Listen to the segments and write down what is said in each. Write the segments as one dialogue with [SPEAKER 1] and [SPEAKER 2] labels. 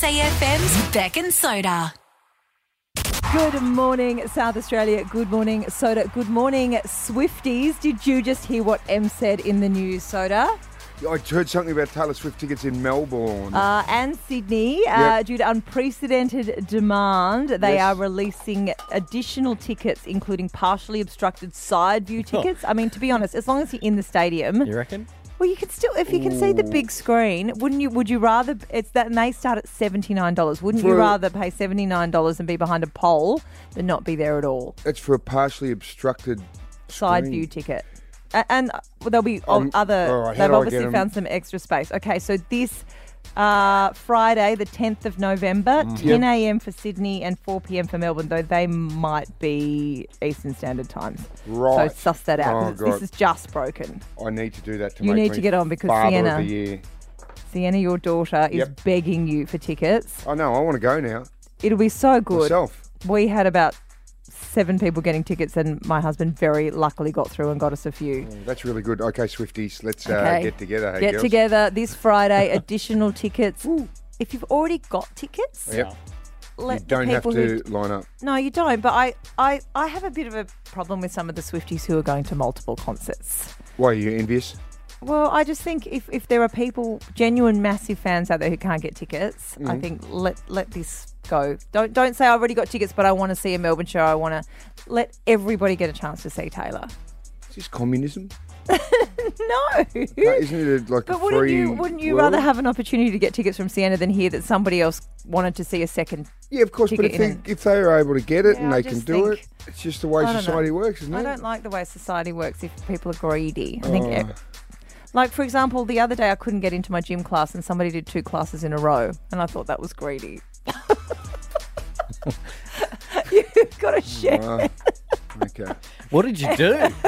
[SPEAKER 1] SAFM's Beck and Soda.
[SPEAKER 2] Good morning, South Australia. Good morning, Soda. Good morning, Swifties. Did you just hear what M said in the news, Soda?
[SPEAKER 3] I heard something about Taylor Swift tickets in Melbourne.
[SPEAKER 2] Uh, and Sydney, uh,
[SPEAKER 3] Yep.
[SPEAKER 2] due to unprecedented demand, they
[SPEAKER 3] Yes.
[SPEAKER 2] are releasing additional tickets, including partially obstructed side view
[SPEAKER 3] Oh.
[SPEAKER 2] tickets. I mean, to be honest, as long as you're in the stadium,
[SPEAKER 4] You reckon?
[SPEAKER 2] well, you can still, if you can see the big screen, wouldn't you? Would you rather? It's that and they start at seventy nine dollars. Wouldn't you
[SPEAKER 3] For-
[SPEAKER 2] rather pay seventy nine dollars and be behind a pole than not be there at all?
[SPEAKER 3] That's for a partially obstructed
[SPEAKER 2] side
[SPEAKER 3] Screen.
[SPEAKER 2] view ticket. A- And uh, well, there'll be o-
[SPEAKER 3] Um,
[SPEAKER 2] other.
[SPEAKER 3] all right, how
[SPEAKER 2] they've
[SPEAKER 3] do I
[SPEAKER 2] obviously
[SPEAKER 3] get 'em?
[SPEAKER 2] found some extra space. Okay, so this uh, Friday, the tenth of November,
[SPEAKER 3] Mm.
[SPEAKER 2] ten a.m. for Sydney and four p.m. for Melbourne. Though they might be Eastern Standard Times.
[SPEAKER 3] Right.
[SPEAKER 2] So suss that out.
[SPEAKER 3] Oh,
[SPEAKER 2] 'cause it's-
[SPEAKER 3] God.
[SPEAKER 2] this is just broken.
[SPEAKER 3] I need to do that to
[SPEAKER 2] You
[SPEAKER 3] make
[SPEAKER 2] need
[SPEAKER 3] me
[SPEAKER 2] to get on because
[SPEAKER 3] father
[SPEAKER 2] Sienna-
[SPEAKER 3] Of the year.
[SPEAKER 2] Sienna, your daughter is
[SPEAKER 3] Yep.
[SPEAKER 2] begging you for tickets.
[SPEAKER 3] I know. Oh, I want to go now.
[SPEAKER 2] It'll be so good.
[SPEAKER 3] Myself.
[SPEAKER 2] We had about seven people getting tickets, and my husband very luckily got through and got us a few.
[SPEAKER 3] That's really good. Okay, Swifties, let's uh,
[SPEAKER 2] Okay.
[SPEAKER 3] get together. Hey,
[SPEAKER 2] get
[SPEAKER 3] girls.
[SPEAKER 2] together this Friday. additional tickets. If you've already got tickets,
[SPEAKER 3] Oh, Yep.
[SPEAKER 2] let
[SPEAKER 3] You
[SPEAKER 2] the
[SPEAKER 3] don't have
[SPEAKER 2] people
[SPEAKER 3] to
[SPEAKER 2] who-
[SPEAKER 3] line up.
[SPEAKER 2] No, you don't. But I, I, I have a bit of a problem with some of the Swifties who are going to multiple concerts.
[SPEAKER 3] Why are you envious?
[SPEAKER 2] Well, I just think if, if there are people, genuine massive fans out there who can't get tickets, I think let let this go. Don't don't say I already got tickets, but I want to see a Melbourne show. I want to let everybody get a chance to see Taylor.
[SPEAKER 3] Is this communism?
[SPEAKER 2] No.
[SPEAKER 3] Uh, Isn't it like a
[SPEAKER 2] But
[SPEAKER 3] free
[SPEAKER 2] wouldn't you wouldn't you
[SPEAKER 3] world?
[SPEAKER 2] rather have an opportunity to get tickets from Sienna than hear that somebody else wanted to see a second?
[SPEAKER 3] Yeah, of course. But
[SPEAKER 2] ticket
[SPEAKER 3] if they,
[SPEAKER 2] in and-
[SPEAKER 3] if they are able to get it
[SPEAKER 2] Yeah,
[SPEAKER 3] and
[SPEAKER 2] I
[SPEAKER 3] they can
[SPEAKER 2] just
[SPEAKER 3] do
[SPEAKER 2] think-
[SPEAKER 3] it, it's just the way
[SPEAKER 2] I don't know.
[SPEAKER 3] society works, isn't
[SPEAKER 2] I
[SPEAKER 3] it?
[SPEAKER 2] don't like the way society works if people are greedy. I
[SPEAKER 3] Oh.
[SPEAKER 2] think, e- it- like for example, the other day I couldn't get into my gym class and somebody did two classes in a row, and I thought that was greedy. You've got to share.
[SPEAKER 3] Uh, okay.
[SPEAKER 4] What did you do?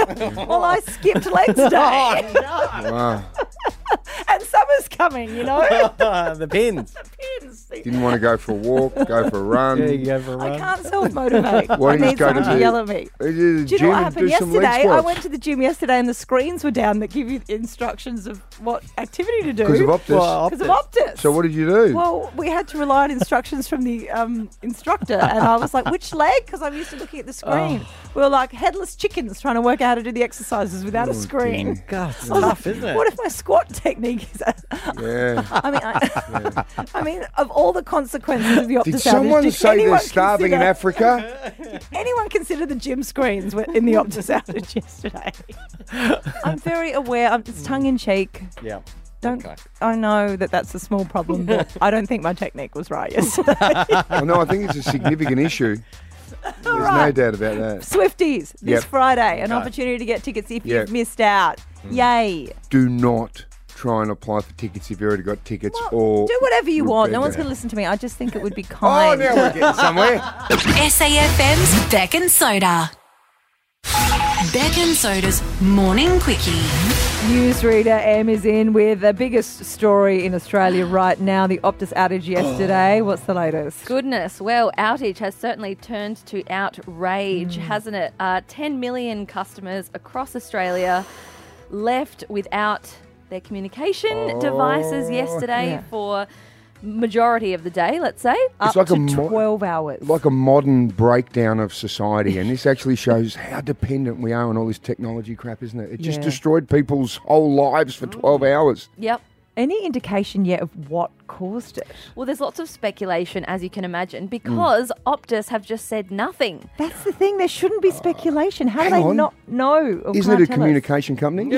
[SPEAKER 2] Well, I skipped legs day,
[SPEAKER 3] Wow.
[SPEAKER 2] and summer's coming. You know,
[SPEAKER 4] the pins.
[SPEAKER 3] Didn't want to go for a walk, go for a run.
[SPEAKER 4] There you go for a
[SPEAKER 2] I
[SPEAKER 4] run.
[SPEAKER 2] can't self motivate.
[SPEAKER 3] Why
[SPEAKER 2] I
[SPEAKER 3] don't you
[SPEAKER 2] need
[SPEAKER 3] just go to
[SPEAKER 2] someone to,
[SPEAKER 3] the-
[SPEAKER 2] yell at me.
[SPEAKER 3] Uh, Do
[SPEAKER 2] Do you know what happened yesterday? I went to the gym yesterday and the screens were down that give you instructions of what activity to do.
[SPEAKER 3] because of Optus.
[SPEAKER 4] Well,
[SPEAKER 2] 'Cause of Optus.
[SPEAKER 3] so what did you do?
[SPEAKER 2] Well, we had to rely on instructions from the um, instructor, and I was like, which leg? Because I'm used to looking at the screen.
[SPEAKER 3] Oh.
[SPEAKER 2] We were like headless chickens trying to work out how to do the exercises
[SPEAKER 3] Oh,
[SPEAKER 2] without a screen.
[SPEAKER 3] dear.
[SPEAKER 4] God, it's
[SPEAKER 2] I was
[SPEAKER 4] tough,
[SPEAKER 2] like,
[SPEAKER 4] isn't it?
[SPEAKER 2] Oh, What if my squat technique is?
[SPEAKER 3] yeah.
[SPEAKER 2] I mean, I, I mean, of all the consequences of the Optus
[SPEAKER 3] Did
[SPEAKER 2] outage,
[SPEAKER 3] someone
[SPEAKER 2] did
[SPEAKER 3] say they're
[SPEAKER 2] anyone
[SPEAKER 3] starving in
[SPEAKER 2] consider-
[SPEAKER 3] Africa?
[SPEAKER 2] anyone consider the gym screens were in the Optus outage yesterday? I'm very aware. I'm, it's tongue in cheek.
[SPEAKER 4] yeah.
[SPEAKER 2] Don't.
[SPEAKER 4] Okay.
[SPEAKER 2] I know that that's a small problem, but I don't think my technique was right yesterday.
[SPEAKER 3] oh, no, I think it's a significant issue. There's no
[SPEAKER 2] right.
[SPEAKER 3] doubt about that.
[SPEAKER 2] Swifties this
[SPEAKER 3] Yep.
[SPEAKER 2] Friday, an
[SPEAKER 4] Okay.
[SPEAKER 2] opportunity to get tickets if
[SPEAKER 3] Yep. Mm.
[SPEAKER 2] you've missed out. Yay!
[SPEAKER 3] Do not try and apply for tickets if you've already got tickets
[SPEAKER 2] Well,
[SPEAKER 3] or
[SPEAKER 2] do whatever you
[SPEAKER 3] you're
[SPEAKER 2] want. No
[SPEAKER 3] begging.
[SPEAKER 2] one's going to listen to me. I just think it would be
[SPEAKER 3] Oh,
[SPEAKER 2] kind.
[SPEAKER 3] now we're getting somewhere.
[SPEAKER 1] SAFM's Beck and Soda. Beck and Soda's Morning Quickie.
[SPEAKER 2] Newsreader M is in with the biggest story in Australia right now: the Optus outage yesterday. What's the latest?
[SPEAKER 5] Goodness, well, outage has certainly turned to outrage, hasn't it? Uh, 10 million customers across Australia left without their communication devices yesterday
[SPEAKER 2] Yeah.
[SPEAKER 5] for majority of the day, let's say. Uh,
[SPEAKER 2] Up
[SPEAKER 3] like
[SPEAKER 2] to
[SPEAKER 3] a mo-
[SPEAKER 2] twelve hours.
[SPEAKER 3] Like a modern breakdown of society, and this actually shows how dependent we are on all this technology crap, isn't it? It just
[SPEAKER 2] Yeah. Mm.
[SPEAKER 3] destroyed people's whole lives for 12 hours.
[SPEAKER 5] Yep.
[SPEAKER 2] Any indication yet of what caused it?
[SPEAKER 5] Well, there's lots of speculation, as you can imagine, because Optus have just said nothing.
[SPEAKER 2] That's the thing. There shouldn't be speculation. How do
[SPEAKER 3] Uh, hang
[SPEAKER 2] they
[SPEAKER 3] on.
[SPEAKER 2] not know? or
[SPEAKER 3] Isn't
[SPEAKER 2] can't
[SPEAKER 3] it a
[SPEAKER 2] tell us?
[SPEAKER 3] communication company?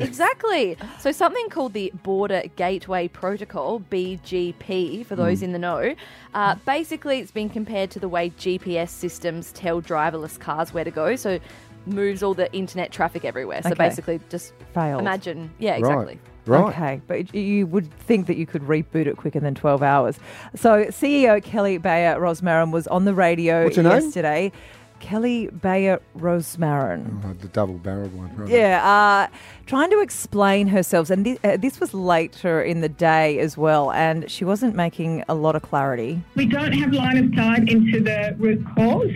[SPEAKER 5] Exactly. So something called the Border Gateway Protocol (BGP) for those
[SPEAKER 2] Hmm.
[SPEAKER 5] in the know. Uh, basically, it's been compared to the way GPS systems tell driverless cars where to go. So moves all the internet traffic everywhere. So
[SPEAKER 2] Okay.
[SPEAKER 5] basically, just
[SPEAKER 2] Failed.
[SPEAKER 5] imagine. Yeah, exactly.
[SPEAKER 3] Right. Right.
[SPEAKER 2] Okay, but y- you would think that you could reboot it quicker than 12 hours. So CEO Kelly Bayer Rosmarin was on the radio
[SPEAKER 3] What's her name?
[SPEAKER 2] yesterday. Kelly Bayer Rosmarin.
[SPEAKER 3] Oh, the double barreled one, right?
[SPEAKER 2] Yeah, uh, trying to explain herself. And thi- uh, this was later in the day as well, and she wasn't making a lot of clarity.
[SPEAKER 6] We don't have line of sight into the root cause.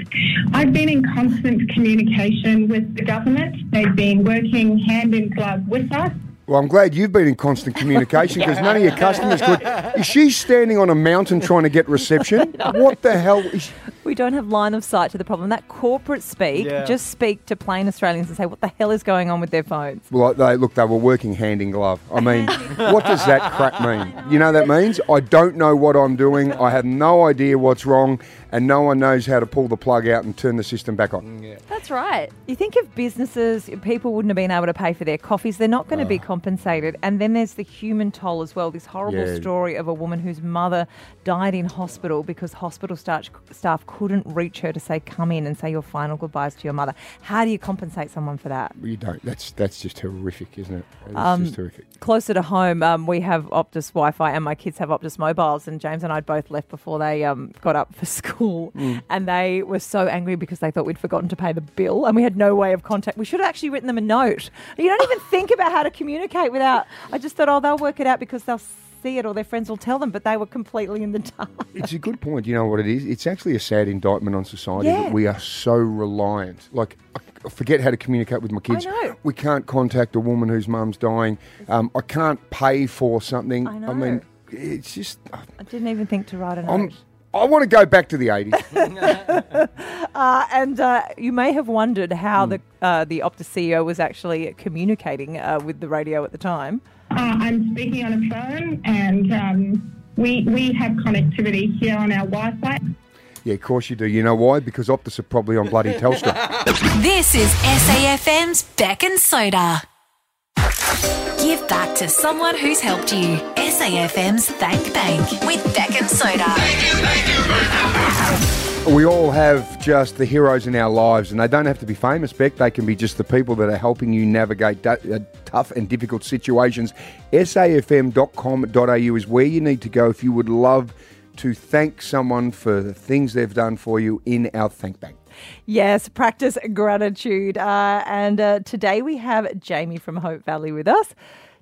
[SPEAKER 6] I've been in constant communication with the government. They've been working hand in glove with us.
[SPEAKER 3] Well, I'm glad you've been in constant communication because none of your customers could. Is she standing on a mountain trying to get reception? What the hell? Is she-
[SPEAKER 2] We don't have line of sight to the problem. That corporate speak,
[SPEAKER 4] Yeah.
[SPEAKER 2] just speak to plain Australians and say, what the hell is going on with their phones?
[SPEAKER 3] Well, they, look, they were working hand in glove. I mean, what does that crap mean? You know what that means? I don't know what I'm doing. I have no idea what's wrong, and no one knows how to pull the plug out and turn the system back on.
[SPEAKER 5] That's right.
[SPEAKER 2] You think if businesses, if people wouldn't have been able to pay for their coffees, they're not going to be compensated. And then there's the human toll as well. This horrible
[SPEAKER 3] Yeah.
[SPEAKER 2] story of a woman whose mother died in hospital because hospital staff, staff couldn't reach her to say, come in and say your final goodbyes to your mother. How do you compensate someone for that?
[SPEAKER 3] You don't. That's that's just horrific, isn't it? It's
[SPEAKER 2] Um,
[SPEAKER 3] just horrific.
[SPEAKER 2] Closer to home, um, we have Optus Wi Fi and my kids have Optus mobiles. And James and I both left before they um, got up for school. And they were so angry because they thought we'd forgotten to pay the bill and we had no way of contact. We should have actually written them a note. You don't even think about how to communicate without. I just thought, oh, they'll work it out because they'll see it or their friends will tell them. But they were completely in the dark.
[SPEAKER 3] It's a good point. You know what it is? It's actually a sad indictment on society
[SPEAKER 2] Yeah.
[SPEAKER 3] that we are so reliant. Like, I- I forget how to communicate with my kids.
[SPEAKER 2] know.
[SPEAKER 3] We can't contact a woman whose mum's dying. Um, I can't pay for something.
[SPEAKER 2] I
[SPEAKER 3] mean,
[SPEAKER 2] know.
[SPEAKER 3] it's just. uh,
[SPEAKER 2] I didn't even think to write a note.
[SPEAKER 3] I'm. I want to go back to the 80s.
[SPEAKER 2] Uh, and uh, you may have wondered how the, uh, the Optus CEO was actually communicating uh, with the radio at the time.
[SPEAKER 6] Uh, I'm speaking on a phone and um, we, we have connectivity here on our Wi Fi.
[SPEAKER 3] Yeah, of course you do. You know why? Because Optus are probably on bloody Telstra.
[SPEAKER 1] This is SAFM's Beck and Soda. Give back to someone who's helped you. SAFM's Thank Bank with Beck and Soda.
[SPEAKER 3] we all have just the heroes in our lives, and they don't have to be famous, Beck. They can be just the people that are helping you navigate du- uh, tough and difficult situations. SAFM.com.au is where you need to go if you would love to thank someone for the things they've done for you in our thank bank.
[SPEAKER 2] Yes, practice gratitude. Uh, and uh, today we have Jamie from Hope Valley with us.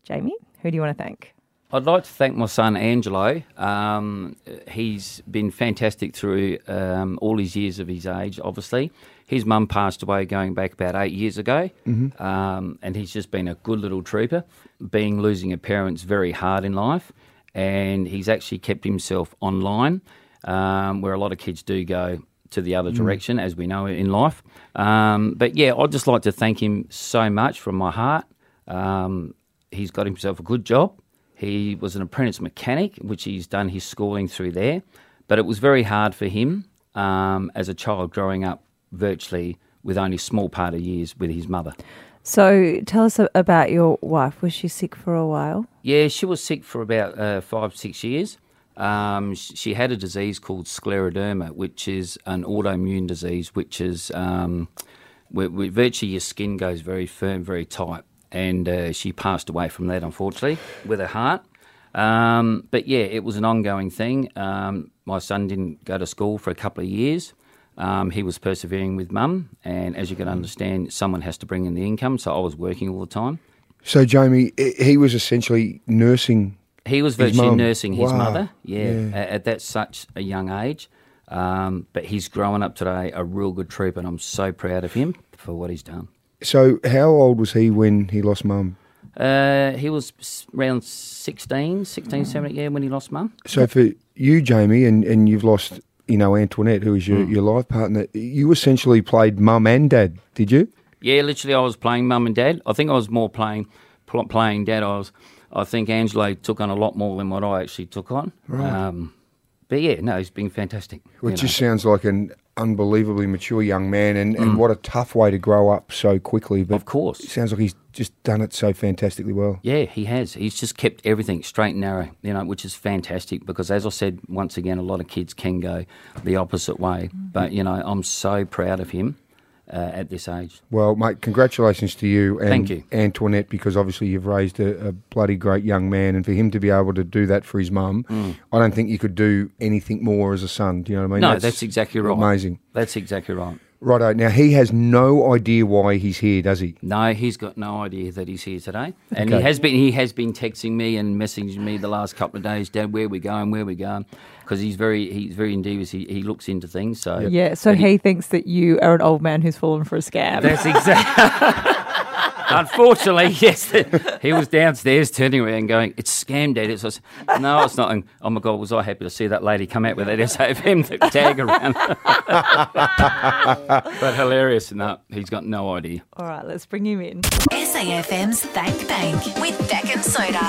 [SPEAKER 2] Jamie, who do you want to thank?
[SPEAKER 7] I'd like to thank my son Angelo. Um, he's been fantastic through um, all his years of his age, obviously. His mum passed away going back about eight years ago, um, and he's just been a good little trooper. Being losing a parent's very hard in life, and he's actually kept himself online, um, where a lot of kids do go to the other direction, as we know in life. Um, but yeah, I'd just like to thank him so much from my heart. Um, he's got himself a good job. He was an apprentice mechanic, which he's done his schooling through there. But it was very hard for him um, as a child growing up virtually with only small part of years with his mother.
[SPEAKER 2] So tell us a- about your wife. Was she sick for a while?
[SPEAKER 7] Yeah, she was sick for about uh, five, six years. Um, sh- she had a disease called scleroderma, which is an autoimmune disease, which is um, where, where virtually your skin goes very firm, very tight. And uh, she passed away from that, unfortunately, with her heart. Um, but yeah, it was an ongoing thing. Um, my son didn't go to school for a couple of years. Um, he was persevering with mum, and as you can understand, someone has to bring in the income. So I was working all the time.
[SPEAKER 3] So, Jamie, i- he was essentially nursing.
[SPEAKER 7] He was
[SPEAKER 3] His
[SPEAKER 7] virtually
[SPEAKER 3] mum.
[SPEAKER 7] nursing his
[SPEAKER 3] Wow.
[SPEAKER 7] mother, yeah, a- At, that such a young age. Um, but he's growing up today, a real good troop, and I'm so proud of him for what he's done.
[SPEAKER 3] So, how old was he when he lost mum?
[SPEAKER 7] Uh, he was s- around 16, 16, 17, yeah, when he lost mum.
[SPEAKER 3] So for you, Jamie, and, and you've lost, you know, Antoinette, who is your, your life partner, you essentially played mum and dad, did you?
[SPEAKER 7] Yeah, literally, I was playing mum and dad. I think I was more playing pl- playing dad. I was, I think Angelo took on a lot more than what I actually took on. Right. Um, but yeah, no, he's been fantastic.
[SPEAKER 3] Which
[SPEAKER 7] you know. Mm.
[SPEAKER 3] just sounds like an unbelievably mature young man and, and what a tough way to grow up so quickly. But
[SPEAKER 7] Of course.
[SPEAKER 3] It sounds like he's just done it so fantastically well.
[SPEAKER 7] Yeah, he has. He's just kept everything straight and narrow, you know, which is fantastic because, as I said once again, a lot of kids can go the opposite way.
[SPEAKER 3] Mm.
[SPEAKER 7] But, you know, I'm so proud of him uh, at this age.
[SPEAKER 3] Well, mate, congratulations to you and
[SPEAKER 7] Thank you.
[SPEAKER 3] Antoinette, because obviously you've raised a, a bloody great young man, and for him to be able to do that for his mum, I don't think you could do anything more as a son. Do you know what I mean?
[SPEAKER 7] Mm. No, that's, exactly right.
[SPEAKER 3] Amazing.
[SPEAKER 7] That's exactly right.
[SPEAKER 3] Righto. Now he has no idea why he's here, does he?
[SPEAKER 7] No, he's got no idea that he's here today, and
[SPEAKER 3] Okay.
[SPEAKER 7] he has been. He has been texting me and messaging me the last couple of days, Dad, where we going, where we going, because he's very, he's very endeavours. He, he looks into things. So
[SPEAKER 2] Yeah, so he thinks that you are an old man who's fallen for a scam.
[SPEAKER 7] that's exactly. Unfortunately, yes, he was downstairs turning around going, "It's scam, Dad." It's I said, no, it's not. And, oh my God, was I happy to see that lady come out with that SAFM tag around? but hilarious. No, he's got no idea.
[SPEAKER 2] All right, let's bring him in.
[SPEAKER 1] SAFM's Thank Bank with Beck and Soda.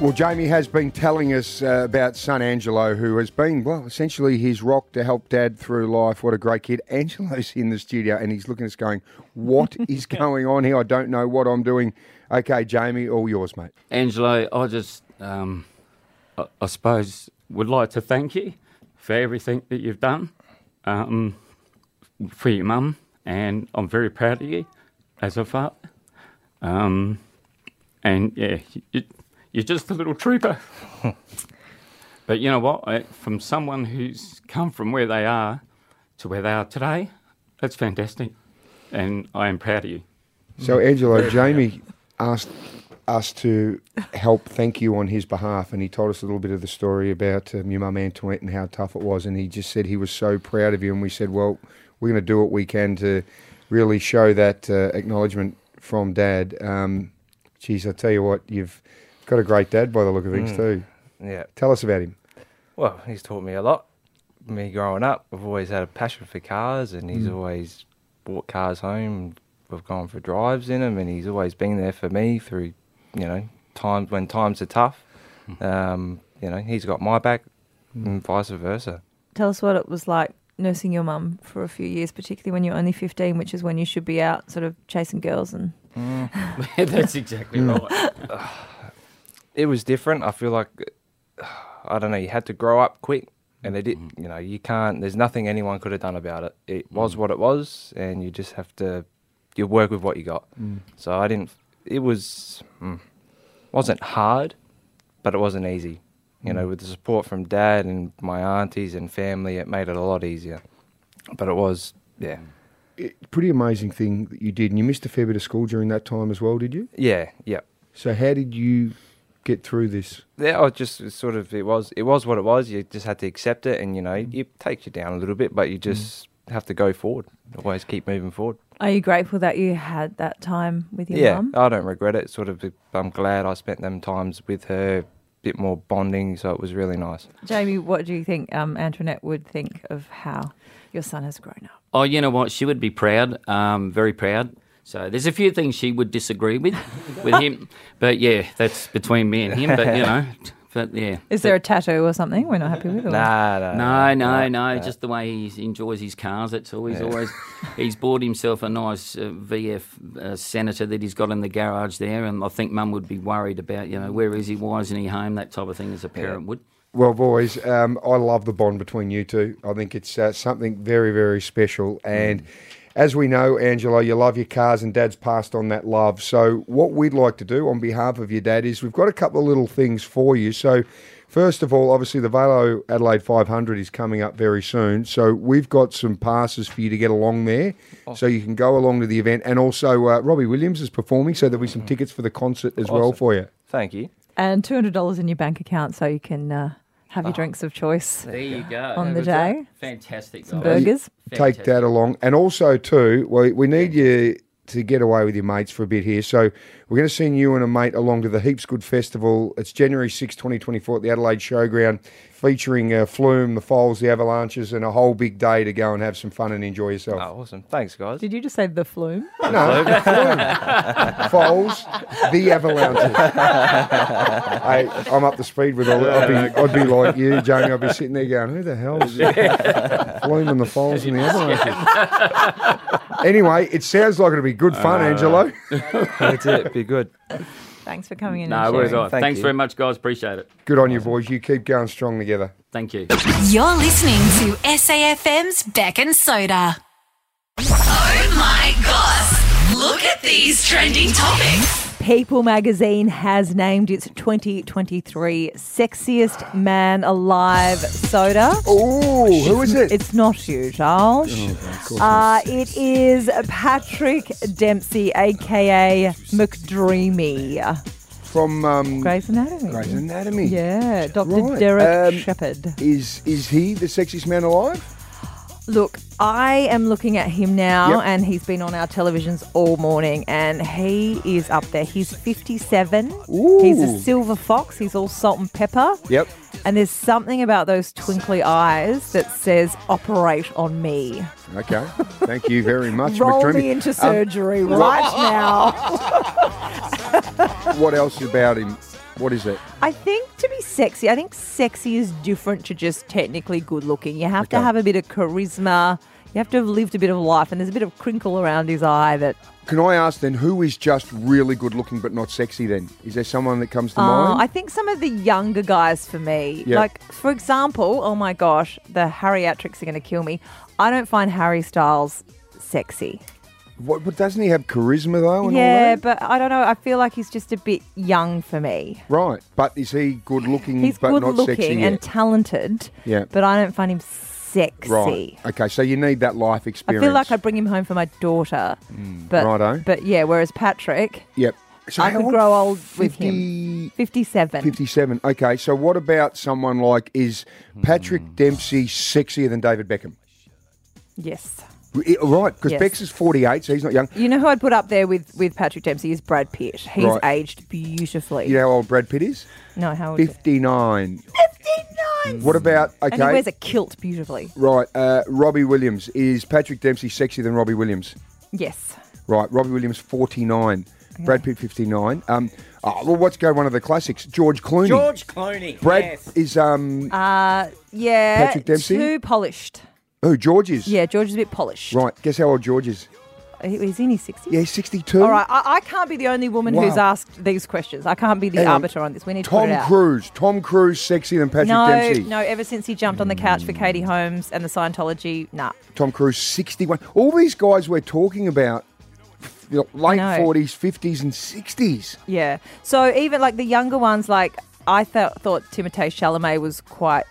[SPEAKER 3] Well, Jamie has been telling us uh, about son Angelo, who has been, well, essentially his rock to help dad through life. What a great kid. Angelo's in the studio and he's looking at us going, What is going on here? I don't know what I'm doing. Okay, Jamie, all yours, mate.
[SPEAKER 7] Angelo, I just, um, I, I suppose, would like to thank you for everything that you've done um, for your mum, and I'm very proud of you as a father. Um, and yeah, you, you're just a little trooper. but you know what? I, from someone who's come from where they are to where they are today, that's fantastic, and I am proud of you.
[SPEAKER 3] So, Angelo, Jamie asked us to help thank you on his behalf, and he told us a little bit of the story about um, your mum Antoinette and how tough it was. And he just said he was so proud of you, and we said, "Well, we're going to do what we can to really show that uh, acknowledgement from Dad." Um, geez, I tell you what, you've got a great dad by the look of things too.
[SPEAKER 8] Yeah.
[SPEAKER 3] Tell us about him.
[SPEAKER 8] Well, he's taught me a lot. Me growing up, I've always had a passion for cars, and he's always brought cars home. We've gone for drives in them, and he's always been there for me through, you know, times when times are tough. Um, you know, he's got my back, and vice versa.
[SPEAKER 2] Tell us what it was like nursing your mum for a few years, particularly when you're only 15, which is when you should be out sort of chasing girls and
[SPEAKER 7] that's exactly right.
[SPEAKER 8] it was different. I feel like I don't know. You had to grow up quick, and they did. You know, you can't. There's nothing anyone could have done about it. It was what it was, and you just have to. You work with what you got. So I didn't. It was mm, wasn't hard, but it wasn't easy. You know, with the support from dad and my aunties and family, it made it a lot easier. But it was, yeah,
[SPEAKER 3] It, pretty amazing thing that you did, and you missed a fair bit of school during that time as well, did you?
[SPEAKER 8] yeah, yeah.
[SPEAKER 3] So, how did you get through this?
[SPEAKER 8] Yeah, I was just it's sort of it was it was what it was. You just had to accept it, and you know
[SPEAKER 2] Mm.
[SPEAKER 8] it takes you down a little bit, but you just have to go forward. Always keep moving forward.
[SPEAKER 2] Are you grateful that you had that time with your
[SPEAKER 8] yeah, Uh,
[SPEAKER 2] mum?
[SPEAKER 8] I don't regret it. Sort of, I'm glad I spent them times with her. Bit more bonding, so it was really nice.
[SPEAKER 2] Jamie, what do you think um, Antoinette would think of how your son has grown up?
[SPEAKER 7] Oh, you know what? She would be proud, um, very proud. So there's a few things she would disagree with, with him. But yeah, that's between me and him. But you know, but yeah.
[SPEAKER 2] Is there a tattoo or something we're not happy with? or-
[SPEAKER 8] Nah,
[SPEAKER 2] Uh,
[SPEAKER 8] nah,
[SPEAKER 7] No, no, no. Just the way he enjoys his cars. That's all. He's always he's bought himself a nice uh, VF uh, Senator that he's got in the garage there, and I think Mum would be worried about you know where is he, why isn't he home, that type of thing as a parent would.
[SPEAKER 3] Well, boys, um, I love the bond between you two. I think it's uh, something very, very special. And as we know, Angelo, you love your cars, and Dad's passed on that love. So, what we'd like to do on behalf of your dad is we've got a couple of little things for you. So, first of all, obviously, the Velo Adelaide 500 is coming up very soon. So, we've got some passes for you to get along there. So, you can go along to the event. And also, uh, Robbie Williams is performing. So, there'll be some tickets for the concert as well
[SPEAKER 8] Awesome.
[SPEAKER 3] for you.
[SPEAKER 8] Thank you.
[SPEAKER 2] And $200 in your bank account so you can uh, have your drinks of choice
[SPEAKER 7] There you go.
[SPEAKER 2] on the day.
[SPEAKER 7] Fantastic.
[SPEAKER 2] Burgers.
[SPEAKER 3] take that along. And also, too, well, we need you to get away with your mates for a bit here. So we're going to send you and a mate along to the Heaps Good Festival. It's January 6, 2024 at the Adelaide Showground, featuring uh, Flume, the Foals, the Avalanches, and a whole big day to go and have some fun and enjoy yourself.
[SPEAKER 8] Oh, awesome. Thanks, guys.
[SPEAKER 2] Did you just say the flume?
[SPEAKER 3] No, the Flume. Foals, the Avalanches. I, I'm up to speed with all that. I'd be, I'd be like you, Jamie. I'd be sitting there going, who the hell's Flume and the Foals and the Avalanches? anyway, it sounds like it'll be good fun, Angelo.
[SPEAKER 8] That's it. Be good.
[SPEAKER 2] Thanks for coming in.
[SPEAKER 7] No,
[SPEAKER 2] and
[SPEAKER 7] worries.
[SPEAKER 2] sharing.
[SPEAKER 7] all right.
[SPEAKER 8] Thank
[SPEAKER 7] Thanks
[SPEAKER 8] you.
[SPEAKER 7] very much, guys. Appreciate it.
[SPEAKER 3] Good on you, boys. You keep going strong together.
[SPEAKER 7] Thank you.
[SPEAKER 1] You're listening to SAFM's Beck and Soda. Oh my gosh, look at these trending topics.
[SPEAKER 2] People magazine has named its 2023 Sexiest Man Alive soda.
[SPEAKER 3] Oh, who is it? Oh,
[SPEAKER 2] It's not you, Charles. uh, it is Patrick Dempsey, aka McDreamy.
[SPEAKER 3] From um,
[SPEAKER 2] Grey's Anatomy.
[SPEAKER 3] Grey's Anatomy.
[SPEAKER 2] Yeah, Dr.
[SPEAKER 3] Right.
[SPEAKER 2] Derek
[SPEAKER 3] Um,
[SPEAKER 2] Shepherd.
[SPEAKER 3] Is is he the sexiest man alive?
[SPEAKER 2] Look, I am looking at him now,
[SPEAKER 3] Yep.
[SPEAKER 2] and he's been on our televisions all morning, and he is up there. He's 57. He's a
[SPEAKER 3] Ooh.
[SPEAKER 2] silver fox. He's all salt and pepper.
[SPEAKER 3] Yep.
[SPEAKER 2] And there's something about those twinkly eyes that says, operate on me.
[SPEAKER 3] Okay. Thank you very much.
[SPEAKER 2] Roll
[SPEAKER 3] Matrimi.
[SPEAKER 2] me into
[SPEAKER 3] Um,
[SPEAKER 2] surgery right now.
[SPEAKER 3] what else about him? What is it?
[SPEAKER 2] I think to be sexy, I think sexy is different to just technically good looking. You have to
[SPEAKER 3] Okay.
[SPEAKER 2] have a bit of charisma. You have to have lived a bit of life, and there's a bit of crinkle around his eye that
[SPEAKER 3] Can I ask then who is just really good looking but not sexy then? Is there someone that comes to
[SPEAKER 2] Uh,
[SPEAKER 3] mind?
[SPEAKER 2] I think some of the younger guys for me,
[SPEAKER 3] Yeah.
[SPEAKER 2] like for example, oh my gosh, the Harryatrics are going to kill me. I don't find Harry Styles sexy.
[SPEAKER 3] What, but doesn't he have charisma though? And
[SPEAKER 2] Yeah,
[SPEAKER 3] all that?
[SPEAKER 2] but I don't know. I feel like he's just a bit young for me.
[SPEAKER 3] right. But is he good looking
[SPEAKER 2] He's
[SPEAKER 3] Mm, but
[SPEAKER 2] good
[SPEAKER 3] not sexy?
[SPEAKER 2] looking
[SPEAKER 3] yet?
[SPEAKER 2] and talented,
[SPEAKER 3] Yeah.
[SPEAKER 2] but I don't find him sexy.
[SPEAKER 3] right. Okay. So you need that life
[SPEAKER 2] I
[SPEAKER 3] experience. Mm.
[SPEAKER 2] feel like I'd bring him home for my daughter, but
[SPEAKER 3] righto.
[SPEAKER 2] but yeah. Whereas Patrick,
[SPEAKER 3] Yep. So
[SPEAKER 2] I
[SPEAKER 3] how
[SPEAKER 2] could grow old with
[SPEAKER 3] 50
[SPEAKER 2] fifty-seven.
[SPEAKER 3] 57. Okay, so what about someone like, is
[SPEAKER 2] Hmm.
[SPEAKER 3] Patrick Dempsey sexier than David Beckham?
[SPEAKER 2] Yes,
[SPEAKER 3] I- Right, because
[SPEAKER 2] Yes.
[SPEAKER 3] Bex is 48, so he's not young.
[SPEAKER 2] you know who I'd put up there with with Patrick Dempsey is Brad Pitt. He's
[SPEAKER 3] Right.
[SPEAKER 2] aged beautifully.
[SPEAKER 3] You know how old Brad Pitt is?
[SPEAKER 2] No, how old is it?
[SPEAKER 3] 59. 59! What about, okay,
[SPEAKER 2] And he wears a kilt beautifully.
[SPEAKER 3] right, uh, Robbie Williams. Is Patrick Dempsey sexier than Robbie Williams?
[SPEAKER 2] Yes.
[SPEAKER 3] Right, Robbie Williams, 49. Brad Pitt, 59. Um, oh, well, let's go one of the classics. George Clooney.
[SPEAKER 4] George Clooney.
[SPEAKER 3] Brad
[SPEAKER 4] yes.
[SPEAKER 3] is, um,
[SPEAKER 2] Uh, yeah.
[SPEAKER 3] Patrick Dempsey?
[SPEAKER 2] Too polished.
[SPEAKER 3] who, George is?
[SPEAKER 2] Yeah, George is a bit polished.
[SPEAKER 3] Right, guess how old George is?
[SPEAKER 2] He- He's in his 60s.
[SPEAKER 3] Yeah, he's 62.
[SPEAKER 2] All right, I, I can't be the only woman who's
[SPEAKER 3] Wow.
[SPEAKER 2] asked these questions. I can't be the
[SPEAKER 3] Hang on.
[SPEAKER 2] arbiter on this. We need to put
[SPEAKER 3] Tom
[SPEAKER 2] it out.
[SPEAKER 3] Cruise. Tom Cruise sexier than Patrick
[SPEAKER 2] no,
[SPEAKER 3] Dempsey.
[SPEAKER 2] no. Ever since he jumped on the couch for Katie Holmes and the Scientology, nah.
[SPEAKER 3] Tom Cruise, 61. All these guys we're talking about, you know, late
[SPEAKER 2] No.
[SPEAKER 3] 40s, 50s, and 60s.
[SPEAKER 2] Yeah. So even like the younger ones, like I th- thought Timothée Chalamet was quite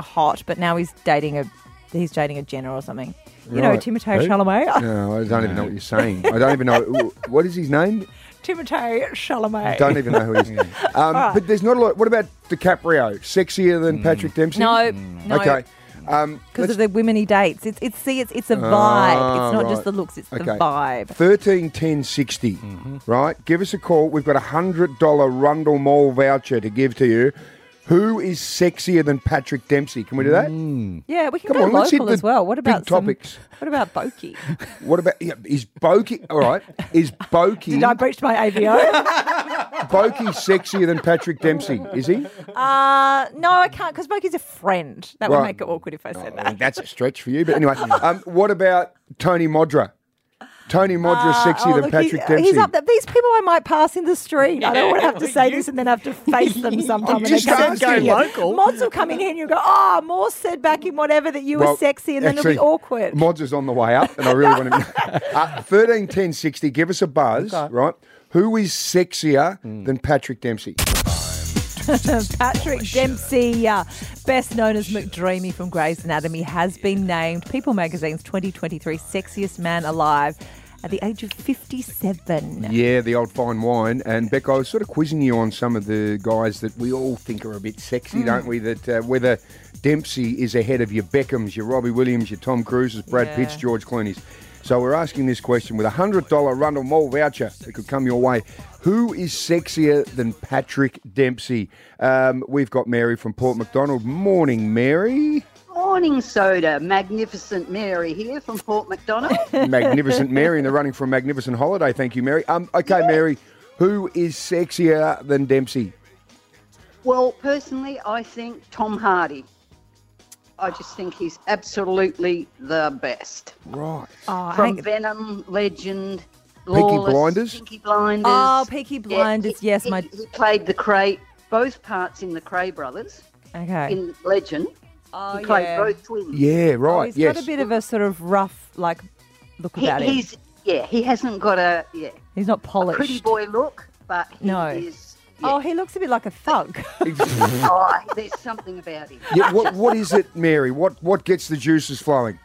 [SPEAKER 2] hot, but now he's dating a he's dating a Jenner or something. You know,
[SPEAKER 3] Right.
[SPEAKER 2] Timothée Chalamet.
[SPEAKER 3] No, I don't even know what you're saying. I don't even know. What is his name?
[SPEAKER 2] Timothée Chalamet.
[SPEAKER 3] Don't even know who he is. Um, But there's not a lot. What about DiCaprio? Sexier than Patrick Dempsey?
[SPEAKER 2] No, no.
[SPEAKER 3] Okay. Um,
[SPEAKER 2] Because of the women he dates. It's it's see it's it's a vibe.
[SPEAKER 3] Ah,
[SPEAKER 2] it's not
[SPEAKER 3] right.
[SPEAKER 2] just the looks, it's the
[SPEAKER 3] Okay.
[SPEAKER 2] vibe.
[SPEAKER 3] 13 10 60, right? Give us a call. We've got a $100 Rundle Mall voucher to give to you. Who is sexier than Patrick Dempsey? Can we do that?
[SPEAKER 2] Yeah, we can
[SPEAKER 3] Come
[SPEAKER 2] go
[SPEAKER 3] on, let's hit
[SPEAKER 2] Mm. local
[SPEAKER 3] the
[SPEAKER 2] as well. What
[SPEAKER 3] big
[SPEAKER 2] about some-
[SPEAKER 3] topics.
[SPEAKER 2] What about Boki?
[SPEAKER 3] What about yeah, is Boki? All right, is Boki
[SPEAKER 2] Did I breach my AVO?
[SPEAKER 3] Boki sexier than Patrick Dempsey? Is he?
[SPEAKER 2] uh, no, I can't because Boki's a friend. That would
[SPEAKER 3] Right.
[SPEAKER 2] make it awkward if I said
[SPEAKER 3] I
[SPEAKER 2] that.
[SPEAKER 3] think that's a stretch for you, but anyway. Um, what about Tony Modra? Tony Modra sexier
[SPEAKER 2] Oh,
[SPEAKER 3] than
[SPEAKER 2] look,
[SPEAKER 3] Patrick
[SPEAKER 2] he's,
[SPEAKER 3] Dempsey.
[SPEAKER 2] He's up there. These people I might pass in the street. I don't want to have to say this and then have to face them sometime. when they
[SPEAKER 3] just
[SPEAKER 2] come in
[SPEAKER 3] asking.
[SPEAKER 2] here.
[SPEAKER 3] Go
[SPEAKER 4] local.
[SPEAKER 2] Mods will come in here and you'll go, oh, Morse said back in whatever that you were
[SPEAKER 3] Well,
[SPEAKER 2] sexy and then
[SPEAKER 3] actually,
[SPEAKER 2] it'll be awkward.
[SPEAKER 3] Mods is on the way up, and I really want to. Uh, 13 10 60, give us a buzz, right? Who is sexier than Patrick Dempsey?
[SPEAKER 2] Patrick Dempsey, uh, best known as McDreamy from Grey's Anatomy, has been named People Magazine's 2023 Sexiest Man Alive at the age of 57.
[SPEAKER 3] Yeah, the old fine wine. And Beck, I was sort of quizzing you on some of the guys that we all think are a bit sexy, don't we? That uh, whether Dempsey is ahead of your Beckhams, your Robbie Williams, your Tom Cruises, Brad
[SPEAKER 2] Yeah.
[SPEAKER 3] Pitts, George Clooney's. So we're asking this question with a hundred dollar Rundle Mall voucher that could come your way. Who is sexier than Patrick Dempsey? Um, we've got Mary from Port Macdonald. Morning, Mary.
[SPEAKER 9] Morning soda, magnificent Mary here from Port McDonald.
[SPEAKER 3] Magnificent Mary in the running for a magnificent holiday. Thank you, Mary. Um, okay, Mary. Who is sexier than Dempsey?
[SPEAKER 9] well, personally, I think Tom Hardy. I just think he's absolutely the best.
[SPEAKER 3] Right.
[SPEAKER 2] Oh,
[SPEAKER 9] From
[SPEAKER 2] hang-
[SPEAKER 9] Venom, Legend, Lawless,
[SPEAKER 3] Blinders?
[SPEAKER 9] Peaky Blinders.
[SPEAKER 2] Oh, Peaky Blinders,
[SPEAKER 9] he-
[SPEAKER 2] yes,
[SPEAKER 9] he-
[SPEAKER 2] my-
[SPEAKER 9] He played the Cray, both parts in the Cray brothers
[SPEAKER 2] okay.
[SPEAKER 9] in Legend.
[SPEAKER 2] Oh,
[SPEAKER 9] he played
[SPEAKER 2] yeah.
[SPEAKER 9] both twins.
[SPEAKER 3] Yeah,
[SPEAKER 2] Oh,
[SPEAKER 3] right.
[SPEAKER 2] he's
[SPEAKER 3] yes.
[SPEAKER 2] got a bit of a sort of rough, like, look
[SPEAKER 9] He-
[SPEAKER 2] about him.
[SPEAKER 9] he's yeah, he hasn't got a yeah
[SPEAKER 2] He's not polished.
[SPEAKER 9] pretty boy look, but he
[SPEAKER 2] No.
[SPEAKER 9] is.
[SPEAKER 2] Oh,
[SPEAKER 9] Yeah.
[SPEAKER 2] he looks a bit like a thug.
[SPEAKER 9] oh, there's something about him.
[SPEAKER 3] yeah, what, what is it, Mary? What what gets the juices flowing?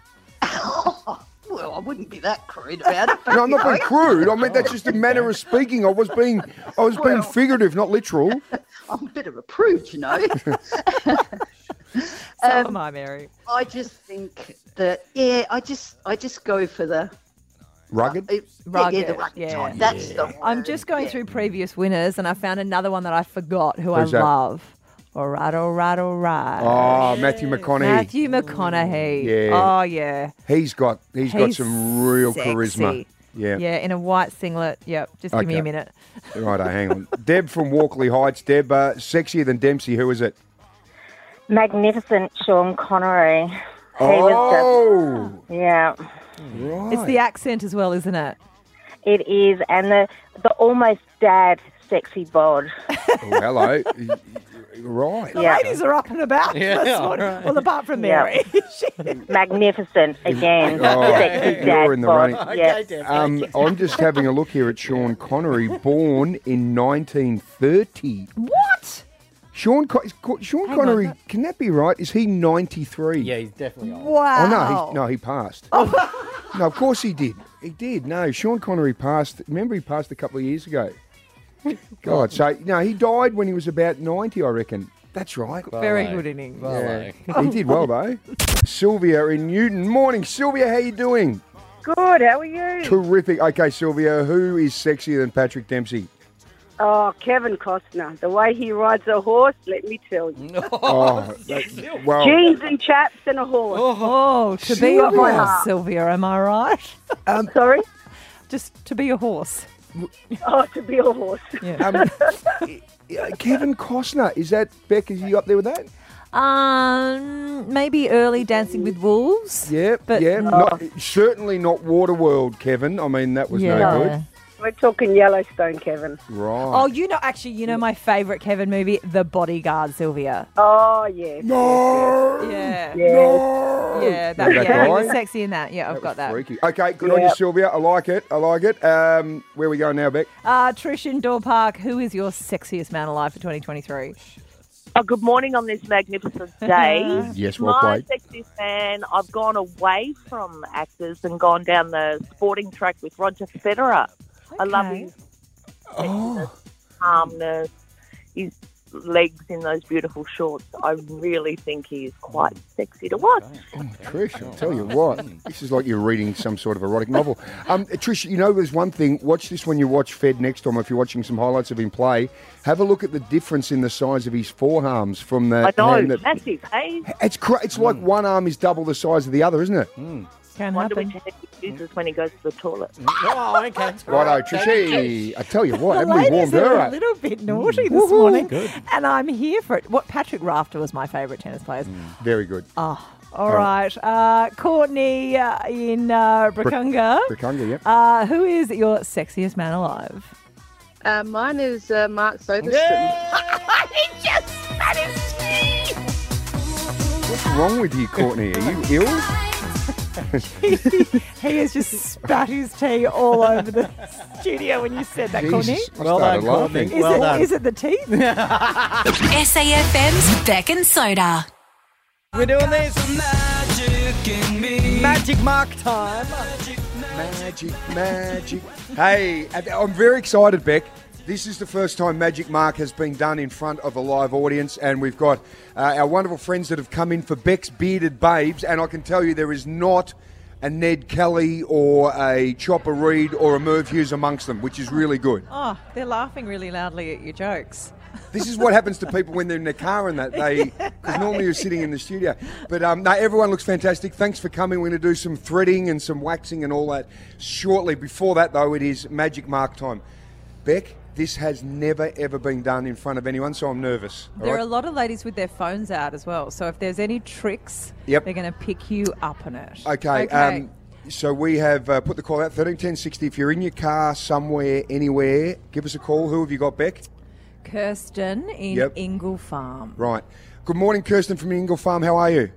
[SPEAKER 9] Well, I wouldn't be that crude about it. But
[SPEAKER 3] No, I'm
[SPEAKER 9] you
[SPEAKER 3] not being
[SPEAKER 9] know,
[SPEAKER 3] crude. I mean that's just a manner of speaking. I was being I was being
[SPEAKER 9] Well-
[SPEAKER 3] figurative, not literal.
[SPEAKER 9] I'm a bit of a prude, you know. Um,
[SPEAKER 2] so am I, Mary.
[SPEAKER 9] I just think the yeah. I just I just go for the
[SPEAKER 3] Rugged?
[SPEAKER 2] Uh,
[SPEAKER 9] it-
[SPEAKER 2] Rugged,
[SPEAKER 9] Yeah, the rugged
[SPEAKER 2] yeah.
[SPEAKER 9] type. That's the. Word.
[SPEAKER 2] I'm just going through previous winners, and I found another one that I forgot who
[SPEAKER 3] Who's
[SPEAKER 2] I
[SPEAKER 3] that?
[SPEAKER 2] love. All right, all right, all right.
[SPEAKER 3] Oh, Matthew McConaughey.
[SPEAKER 2] Matthew McConaughey.
[SPEAKER 3] Yeah.
[SPEAKER 2] Oh yeah.
[SPEAKER 3] He's got he's got
[SPEAKER 2] He's
[SPEAKER 3] some real charisma.
[SPEAKER 2] sexy.
[SPEAKER 3] Yeah.
[SPEAKER 2] Yeah, in a white singlet. Yep. Just give me
[SPEAKER 3] Okay.
[SPEAKER 2] a minute.
[SPEAKER 3] Righto, oh, hang on. Deb from Walkley Heights. Deb, uh, sexier than Dempsey. Who is it?
[SPEAKER 10] Magnificent Sean Connery. He was
[SPEAKER 3] Oh,
[SPEAKER 10] just, yeah,
[SPEAKER 3] right.
[SPEAKER 2] It's the accent as well, isn't it?
[SPEAKER 10] it is. And the, the almost dad sexy bod.
[SPEAKER 3] Oh, hello. right.
[SPEAKER 2] The
[SPEAKER 10] Yeah.
[SPEAKER 2] ladies are up and about.
[SPEAKER 4] Yeah,
[SPEAKER 2] That's what-
[SPEAKER 4] alright.
[SPEAKER 2] Well, apart from
[SPEAKER 10] Yeah.
[SPEAKER 2] Mary.
[SPEAKER 10] Magnificent again.
[SPEAKER 3] Oh,
[SPEAKER 10] sexy
[SPEAKER 3] you're
[SPEAKER 10] dad
[SPEAKER 3] in the
[SPEAKER 10] bod.
[SPEAKER 3] running.
[SPEAKER 10] Yeah.
[SPEAKER 3] Um, I'm just having a look here at Sean Connery, born in 1930.
[SPEAKER 2] what?
[SPEAKER 3] Sean, Con- is Co- Sean Connery, can that be right? Is he 93?
[SPEAKER 4] Yeah, he's definitely old.
[SPEAKER 2] Wow.
[SPEAKER 3] Oh no, he, no, he passed.
[SPEAKER 10] Oh.
[SPEAKER 3] no, of course he did. He did. No, Sean Connery passed. Remember, he passed a couple of years ago. God, so no, he died when he was about ninety, I reckon. That's right.
[SPEAKER 2] Very
[SPEAKER 4] Hello.
[SPEAKER 2] good inning.
[SPEAKER 4] Hello.
[SPEAKER 3] He did well though. Sylvia in Newton. Morning, Sylvia. How you doing?
[SPEAKER 10] Good. How are you?
[SPEAKER 3] Terrific. Okay, Sylvia. Who is sexier than Patrick Dempsey?
[SPEAKER 10] Oh, Kevin Costner. The way he rides a horse, let me tell you.
[SPEAKER 3] Oh, that- well,
[SPEAKER 10] Jeans and chaps and a horse.
[SPEAKER 2] Oh, to be a
[SPEAKER 3] Sylvia.
[SPEAKER 2] horse, Sylvia. Am I right?
[SPEAKER 10] Sorry?
[SPEAKER 2] Just to be a horse.
[SPEAKER 10] Oh, to be a horse.
[SPEAKER 3] um, Kevin Costner. Is that Beck? Is you up there with that?
[SPEAKER 2] Um, maybe early Dancing with Wolves.
[SPEAKER 3] Yeah,
[SPEAKER 2] But-
[SPEAKER 3] yeah. Not, certainly not Waterworld, Kevin. I mean, that was no good.
[SPEAKER 10] We're talking Yellowstone, Kevin.
[SPEAKER 3] Right.
[SPEAKER 2] Oh, you know, actually, you know my favourite Kevin movie, The Bodyguard, Sylvia.
[SPEAKER 10] Oh, yes.
[SPEAKER 3] No.
[SPEAKER 2] Yeah.
[SPEAKER 3] No.
[SPEAKER 2] Yeah, that,
[SPEAKER 3] Oh. That
[SPEAKER 2] yeah, he was
[SPEAKER 3] guy?
[SPEAKER 2] sexy in that. Yeah, I've got that.
[SPEAKER 3] Freaky. Okay, good on you,
[SPEAKER 10] Yep.
[SPEAKER 3] Sylvia. I like it. I like it. Um, where we going now, Beck?
[SPEAKER 2] Uh, Trish in Door Park, who is your sexiest man alive for 2023?
[SPEAKER 10] Oh, good morning on this magnificent day.
[SPEAKER 3] Yes,
[SPEAKER 10] My sexiest man, I've gone away from actors and gone down the sporting track with Roger Federer. I love
[SPEAKER 2] Okay.
[SPEAKER 10] his
[SPEAKER 3] Oh,
[SPEAKER 10] calmness, his legs in those beautiful shorts. I really think he is quite sexy to watch.
[SPEAKER 3] Oh, Trish, I'll tell you what. This is like you're reading some sort of erotic novel. Um, Trish, you know, there's one thing. Watch this when you watch Fed next time. If you're watching some highlights of him play, have a look at the difference in the size of his forearms from the.
[SPEAKER 10] I know,
[SPEAKER 3] hand that-
[SPEAKER 10] massive, eh?
[SPEAKER 3] it's cra- it's like one arm is double the size of the other, isn't it?
[SPEAKER 2] Can
[SPEAKER 10] wonder which
[SPEAKER 2] happen.
[SPEAKER 10] hand he uses when he goes to the toilet.
[SPEAKER 4] Oh, okay.
[SPEAKER 3] Righto, Trishy. I tell you what,
[SPEAKER 2] The
[SPEAKER 3] haven't we
[SPEAKER 2] ladies
[SPEAKER 3] warmed
[SPEAKER 2] are
[SPEAKER 3] her
[SPEAKER 2] a
[SPEAKER 3] up?
[SPEAKER 2] little bit
[SPEAKER 10] Mm.
[SPEAKER 2] naughty this
[SPEAKER 3] Woohoo.
[SPEAKER 2] morning,
[SPEAKER 4] Good.
[SPEAKER 2] and I'm here for it. What Patrick Rafter was my favourite tennis player.
[SPEAKER 3] Very good.
[SPEAKER 2] Oh. All
[SPEAKER 3] Oh.
[SPEAKER 2] right, uh, Courtney uh, in uh, Brakunga.
[SPEAKER 3] Brikunga, yep.
[SPEAKER 2] Uh, who is your sexiest man alive?
[SPEAKER 11] Uh, mine is uh, Mark Soderstrom.
[SPEAKER 3] What's wrong with you, Courtney? Are you ill?
[SPEAKER 2] He has just spat his tea all over the studio when you said that, Courtney.
[SPEAKER 3] Jesus, I
[SPEAKER 4] Well
[SPEAKER 3] started
[SPEAKER 4] done,
[SPEAKER 3] laughing.
[SPEAKER 4] Courtney.
[SPEAKER 2] Is,
[SPEAKER 4] Well
[SPEAKER 2] it,
[SPEAKER 4] done.
[SPEAKER 2] is it the teeth?
[SPEAKER 1] SAFM's Beck and Soda.
[SPEAKER 4] We're doing this. Magic mark time.
[SPEAKER 3] Magic, magic. hey, and I'm very excited, Beck. This is the first time Magic Mark has been done in front of a live audience, and we've got uh, our wonderful friends that have come in for Beck's Bearded Babes, and I can tell you there is not a Ned Kelly or a Chopper Reed or a Merv Hughes amongst them, which is really good.
[SPEAKER 2] Oh, they're laughing really loudly at your jokes.
[SPEAKER 3] This is what happens to people when they're in their car and that they because normally you're sitting in the studio. But um, no, everyone looks fantastic. Thanks for coming. We're going to do some threading and some waxing and all that shortly. Before that, though, it is magic mark time. Beck, this has never ever been done in front of anyone, so I'm nervous. all
[SPEAKER 2] There are
[SPEAKER 3] right?
[SPEAKER 2] a lot of ladies with their phones out as well. So if there's any tricks,
[SPEAKER 3] Yep.
[SPEAKER 2] they're going to pick you up on it.
[SPEAKER 3] Okay. Um, so we have uh, put the call out thirteen ten sixty. If you're in your car somewhere, anywhere, give us a call. Who have you got, Beck?
[SPEAKER 2] Kirsten in
[SPEAKER 3] Yep.
[SPEAKER 2] Ingle Farm.
[SPEAKER 3] Right. Good morning, Kirsten from Ingle Farm. How are you?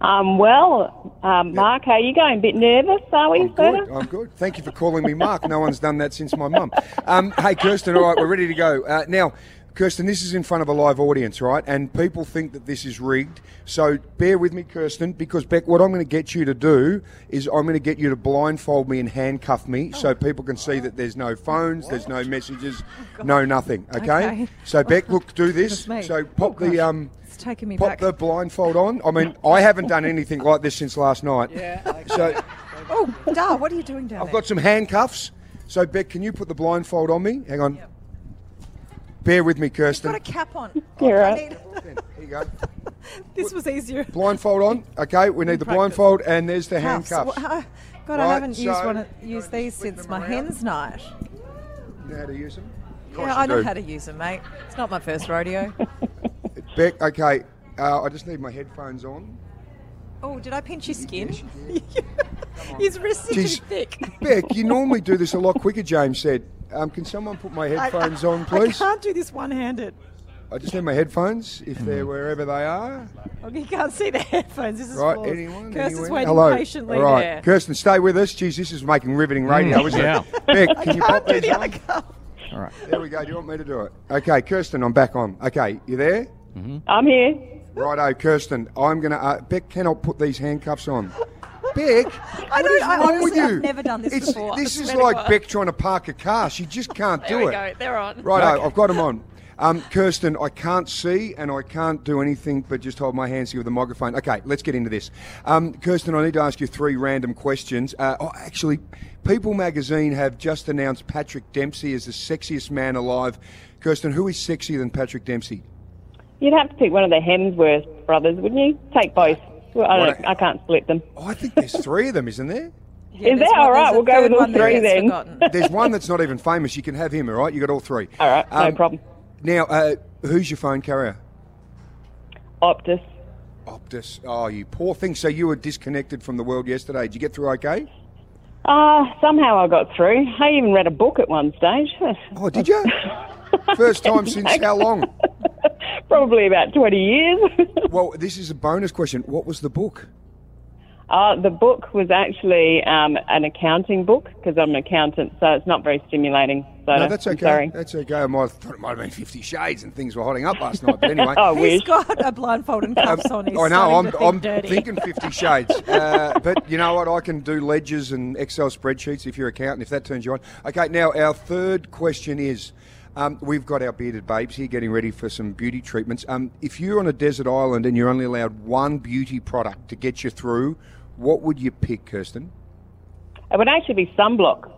[SPEAKER 10] Um, well, um, Mark, are you going? A bit nervous, are we,
[SPEAKER 3] Good, I'm good. Thank you for calling me Mark. No one's done that since my mum. Um, hey, Kirsten, all right, we're ready to go. Uh, now, Kirsten, this is in front of a live audience, right? And people think that this is rigged. So bear with me, Kirsten, because Beck, what I'm going to get you to do is I'm going to get you to blindfold me and handcuff me
[SPEAKER 2] Oh.
[SPEAKER 3] so people can see that there's no phones, there's no messages, no nothing. Okay?
[SPEAKER 2] Okay.
[SPEAKER 3] So Beck, look, do this.
[SPEAKER 2] Goodness me. Oh,
[SPEAKER 3] So pop the um,
[SPEAKER 2] It's taking me
[SPEAKER 3] pop
[SPEAKER 2] back.
[SPEAKER 3] the blindfold on. I mean, I haven't done anything like this since last night. So
[SPEAKER 2] Oh, Dar, what are you doing down
[SPEAKER 3] I've got some handcuffs. So Beck, can you put the blindfold on me? Hang on. Bear with me, Kirsten.
[SPEAKER 2] there? Got a cap on.
[SPEAKER 3] Yeah.
[SPEAKER 2] I need- this was easier.
[SPEAKER 3] Blindfold on. Okay, we need the blindfold, and there's the
[SPEAKER 2] Cuffs.
[SPEAKER 3] handcuffs.
[SPEAKER 2] Wha- uh, God,
[SPEAKER 3] Right,
[SPEAKER 2] I haven't used
[SPEAKER 3] so-
[SPEAKER 2] one of, used these since my hens night.
[SPEAKER 3] You know how to use them?
[SPEAKER 2] Yeah, I know how to use them, mate. It's not my first rodeo.
[SPEAKER 3] Beck, okay, uh, I just need my headphones on.
[SPEAKER 2] oh, did I pinch your skin? His wrists are too
[SPEAKER 3] Jeez.
[SPEAKER 2] thick.
[SPEAKER 3] Beck, you normally do this a lot quicker, James said. Um, can someone put my headphones on, please?
[SPEAKER 2] I can't do this one-handed.
[SPEAKER 3] I just need my headphones, if they're wherever they are.
[SPEAKER 2] Oh, you can't see the headphones. This is
[SPEAKER 3] Right,
[SPEAKER 2] flawless.
[SPEAKER 3] anyone?
[SPEAKER 2] Kirsten's
[SPEAKER 3] Anywhere?
[SPEAKER 2] waiting
[SPEAKER 3] Hello.
[SPEAKER 2] patiently
[SPEAKER 3] All right.
[SPEAKER 2] there.
[SPEAKER 3] Kirsten, stay with us. Jeez, this is making riveting radio,
[SPEAKER 12] Mm,
[SPEAKER 3] isn't
[SPEAKER 12] yeah.
[SPEAKER 3] it? Beck,
[SPEAKER 2] I
[SPEAKER 3] can you
[SPEAKER 2] can't
[SPEAKER 3] pop
[SPEAKER 2] do
[SPEAKER 3] these
[SPEAKER 2] the
[SPEAKER 3] on?
[SPEAKER 2] other cup.
[SPEAKER 3] All right. There we go. Do you want me to do it? Okay, Kirsten, I'm back on. Okay, you there? Mm-hmm.
[SPEAKER 10] I'm here.
[SPEAKER 3] Righto, oh, Kirsten. I'm gonna. Uh, Beck cannot put these handcuffs on. Beck,
[SPEAKER 2] I
[SPEAKER 3] what is
[SPEAKER 2] don't. I
[SPEAKER 3] wrong with
[SPEAKER 2] honestly,
[SPEAKER 3] you?
[SPEAKER 2] I've never done this
[SPEAKER 3] It's-
[SPEAKER 2] before. I
[SPEAKER 3] This is
[SPEAKER 2] swear to
[SPEAKER 3] like
[SPEAKER 2] God.
[SPEAKER 3] Beck trying to park a car. She just can't
[SPEAKER 2] There
[SPEAKER 3] do
[SPEAKER 2] we
[SPEAKER 3] it.
[SPEAKER 2] go. They're on.
[SPEAKER 3] Righto,
[SPEAKER 2] Okay.
[SPEAKER 3] I've got them on. Um, Kirsten, I can't see and I can't do anything but just hold my hands here with the microphone. Okay, let's get into this. Um, Kirsten, I need to ask you three random questions. Uh, oh, actually, People magazine have just announced Patrick Dempsey is the sexiest man alive. Kirsten, who is sexier than Patrick Dempsey?
[SPEAKER 13] You'd have to pick one of the Hemsworth brothers, wouldn't you? Take both. Well, I, don't, I can't split them.
[SPEAKER 3] I think there's three of them, isn't there?
[SPEAKER 13] Is that all right? We'll go with all three then.
[SPEAKER 3] There's one that's not even famous. You can have him, all right? You got all three. Um,
[SPEAKER 13] All right, no problem.
[SPEAKER 3] Now, uh, who's your phone carrier?
[SPEAKER 13] Optus.
[SPEAKER 3] Optus. Oh, you poor thing. So you were disconnected from the world yesterday. Did you get through okay?
[SPEAKER 13] Ah, somehow I got through. I even read a book at one stage.
[SPEAKER 3] Oh, did you? First time since how long?
[SPEAKER 13] Probably about 20 years.
[SPEAKER 3] well, this is a bonus question. What was the book?
[SPEAKER 13] Uh, the book was actually um, an accounting book because I'm an accountant, so it's not very stimulating. So
[SPEAKER 3] no, that's
[SPEAKER 13] I'm
[SPEAKER 3] okay.
[SPEAKER 13] Sorry.
[SPEAKER 3] That's okay. I might, thought it might have been Fifty Shades and things were hotting up last night. But anyway,
[SPEAKER 13] I
[SPEAKER 2] He's got a blindfold and cuffs on. He's
[SPEAKER 3] Um, I know. I'm,
[SPEAKER 2] starting to
[SPEAKER 3] I'm
[SPEAKER 2] think dirty.
[SPEAKER 3] thinking Fifty Shades, uh, but you know what? I can do ledgers and Excel spreadsheets if you're accountant. If that turns you on. Okay. Now our third question is: um, We've got our bearded babes here getting ready for some beauty treatments. Um, if you're on a desert island and you're only allowed one beauty product to get you through, what would you pick, Kirsten?
[SPEAKER 13] It would actually be sunblock.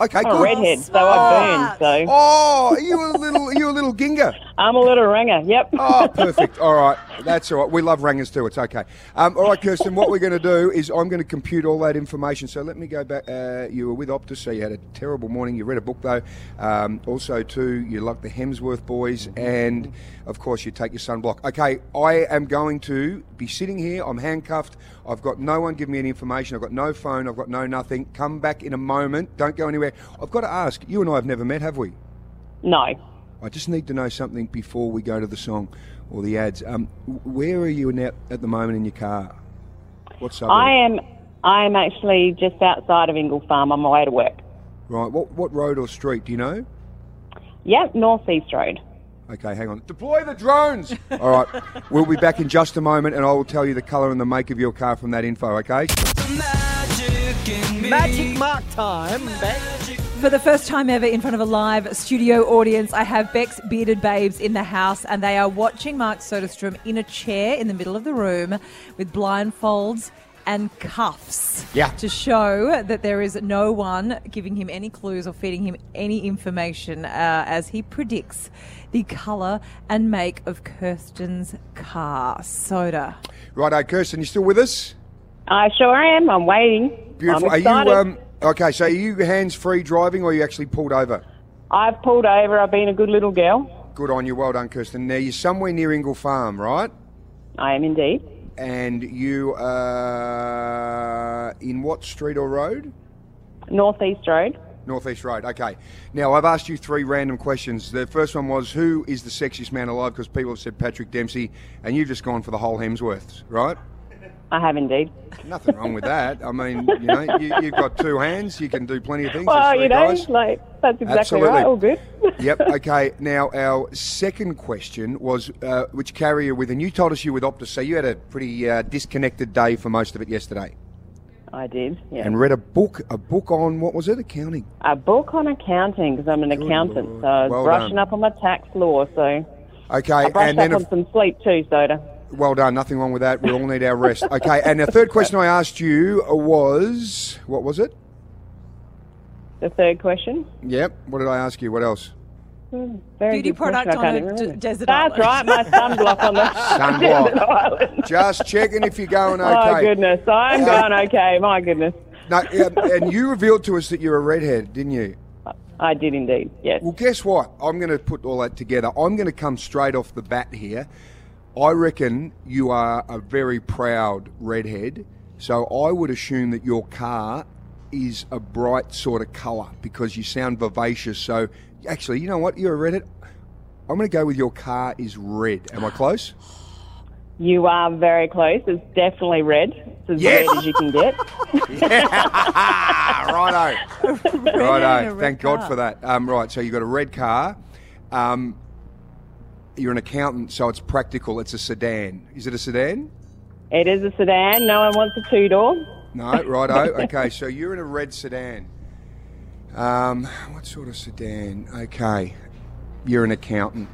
[SPEAKER 3] Okay,
[SPEAKER 13] I'm
[SPEAKER 3] good.
[SPEAKER 13] a redhead, so I burn. So.
[SPEAKER 3] Oh, are you a little, are you a little ginger?
[SPEAKER 13] I'm a little ringer. Yep.
[SPEAKER 3] Oh, perfect. All right, that's all right. We love rangers too. It's okay. Um, all right, Kirsten. What we're going to do is I'm going to compute all that information. So let me go back. Uh, you were with Optus, so you had a terrible morning. You read a book though. Um, also, too, you like the Hemsworth boys, and of course, you take your sunblock. Okay, I am going to be sitting here. I'm handcuffed. I've got no one giving me any information. I've got no phone. I've got no nothing. Come back in a moment. Don't go anywhere. I've got to ask. You and I have never met, have we?
[SPEAKER 13] No.
[SPEAKER 3] I just need to know something before we go to the song or the ads. Um, w- where are you now at the moment in your car? What suburb?
[SPEAKER 13] I am. I am actually just outside of Ingle Farm on my way to work.
[SPEAKER 3] Right. What what road or street do you know?
[SPEAKER 13] Yep, Northeast Road.
[SPEAKER 3] Okay, hang on. Deploy the drones. All right. We'll be back in just a moment, and I will tell you the colour and the make of your car from that info. Okay.
[SPEAKER 4] Magic mark time. Beck.
[SPEAKER 2] For the first time ever in front of a live studio audience, I have Beck's bearded babes in the house, and they are watching Mark Soderstrom in a chair in the middle of the room with blindfolds and cuffs.
[SPEAKER 3] Yeah.
[SPEAKER 2] To show that there is no one giving him any clues or feeding him any information uh, as he predicts the colour and make of Kirsten's car. Soda.
[SPEAKER 3] Righto, Kirsten. You still with us?
[SPEAKER 13] I sure am. I'm waiting.
[SPEAKER 3] Beautiful.
[SPEAKER 13] I'm
[SPEAKER 3] are
[SPEAKER 13] excited.
[SPEAKER 3] you um? Okay. So are you hands free driving, or are you actually pulled over?
[SPEAKER 13] I've pulled over. I've been a good little girl.
[SPEAKER 3] Good on you. Well done, Kirsten. Now, you're somewhere near Ingle Farm, right?
[SPEAKER 13] I am indeed.
[SPEAKER 3] And you are in what street or road?
[SPEAKER 13] Northeast Road.
[SPEAKER 3] Northeast Road. Okay. Now, I've asked you three random questions. The first one was who is the sexiest man alive? Because people have said Patrick Dempsey, and you've just gone for the whole Hemsworths, right?
[SPEAKER 13] I have indeed.
[SPEAKER 3] Nothing wrong with that. I mean, you know, you, you've got two hands, you can do plenty of things. as
[SPEAKER 13] Well,
[SPEAKER 3] three
[SPEAKER 13] you know,
[SPEAKER 3] guys.
[SPEAKER 13] like that's exactly
[SPEAKER 3] Absolutely.
[SPEAKER 13] right. All good.
[SPEAKER 3] yep. Okay. Now, our second question was uh, which carrier you with, and you told us you were with Optus, so you had a pretty uh, disconnected day for most of it yesterday,
[SPEAKER 13] I did. Yeah.
[SPEAKER 3] and read a book, a book on what was it, accounting?
[SPEAKER 13] a book on accounting because I'm an accountant, so I was
[SPEAKER 3] Well
[SPEAKER 13] brushing
[SPEAKER 3] done.
[SPEAKER 13] up on my tax law. So
[SPEAKER 3] Okay,
[SPEAKER 13] I brushed
[SPEAKER 3] and then
[SPEAKER 13] up
[SPEAKER 3] a-
[SPEAKER 13] on some sleep too, Soda.
[SPEAKER 3] Well done. Nothing wrong with that. We all need our rest. Okay. And the third question I asked you was what was it?
[SPEAKER 13] The third question.
[SPEAKER 3] Yep. What did I ask you? What else?
[SPEAKER 13] Hmm, Very
[SPEAKER 2] Beauty
[SPEAKER 13] good question,
[SPEAKER 2] product
[SPEAKER 13] I
[SPEAKER 2] on
[SPEAKER 13] can't
[SPEAKER 2] a
[SPEAKER 13] even
[SPEAKER 2] d-
[SPEAKER 13] remember.
[SPEAKER 2] desert
[SPEAKER 13] That's
[SPEAKER 2] island.
[SPEAKER 13] right, my sunblock on the desert
[SPEAKER 3] Sunblock.
[SPEAKER 13] island.
[SPEAKER 3] Just checking if you're going okay.
[SPEAKER 13] Oh goodness, I'm
[SPEAKER 3] Uh,
[SPEAKER 13] going okay. My goodness,
[SPEAKER 3] No, um, and you revealed to us that you're a redhead, didn't you?
[SPEAKER 13] I did indeed. Yes.
[SPEAKER 3] Well, guess what? I'm going to put all that together. I'm going to come straight off the bat here. I reckon you are a very proud redhead. So I would assume that your car is a bright sort of colour because you sound vivacious. So actually, you know what? You're a redhead. I'm going to go with your car is red. Am I close?
[SPEAKER 13] you are very close. It's definitely red. It's as
[SPEAKER 3] Yes.
[SPEAKER 13] red as you can get.
[SPEAKER 3] Righto.
[SPEAKER 13] and a
[SPEAKER 3] Righto.
[SPEAKER 13] red
[SPEAKER 3] Thank God
[SPEAKER 13] car.
[SPEAKER 3] for that. Um, right, so you've got a red car. Um, you're an accountant, so it's practical. It's a sedan. Is it a sedan?
[SPEAKER 13] It is a sedan. No one wants a two door.
[SPEAKER 3] No, righto. okay, so you're in a red sedan. Um, what sort of sedan? Okay, you're an accountant.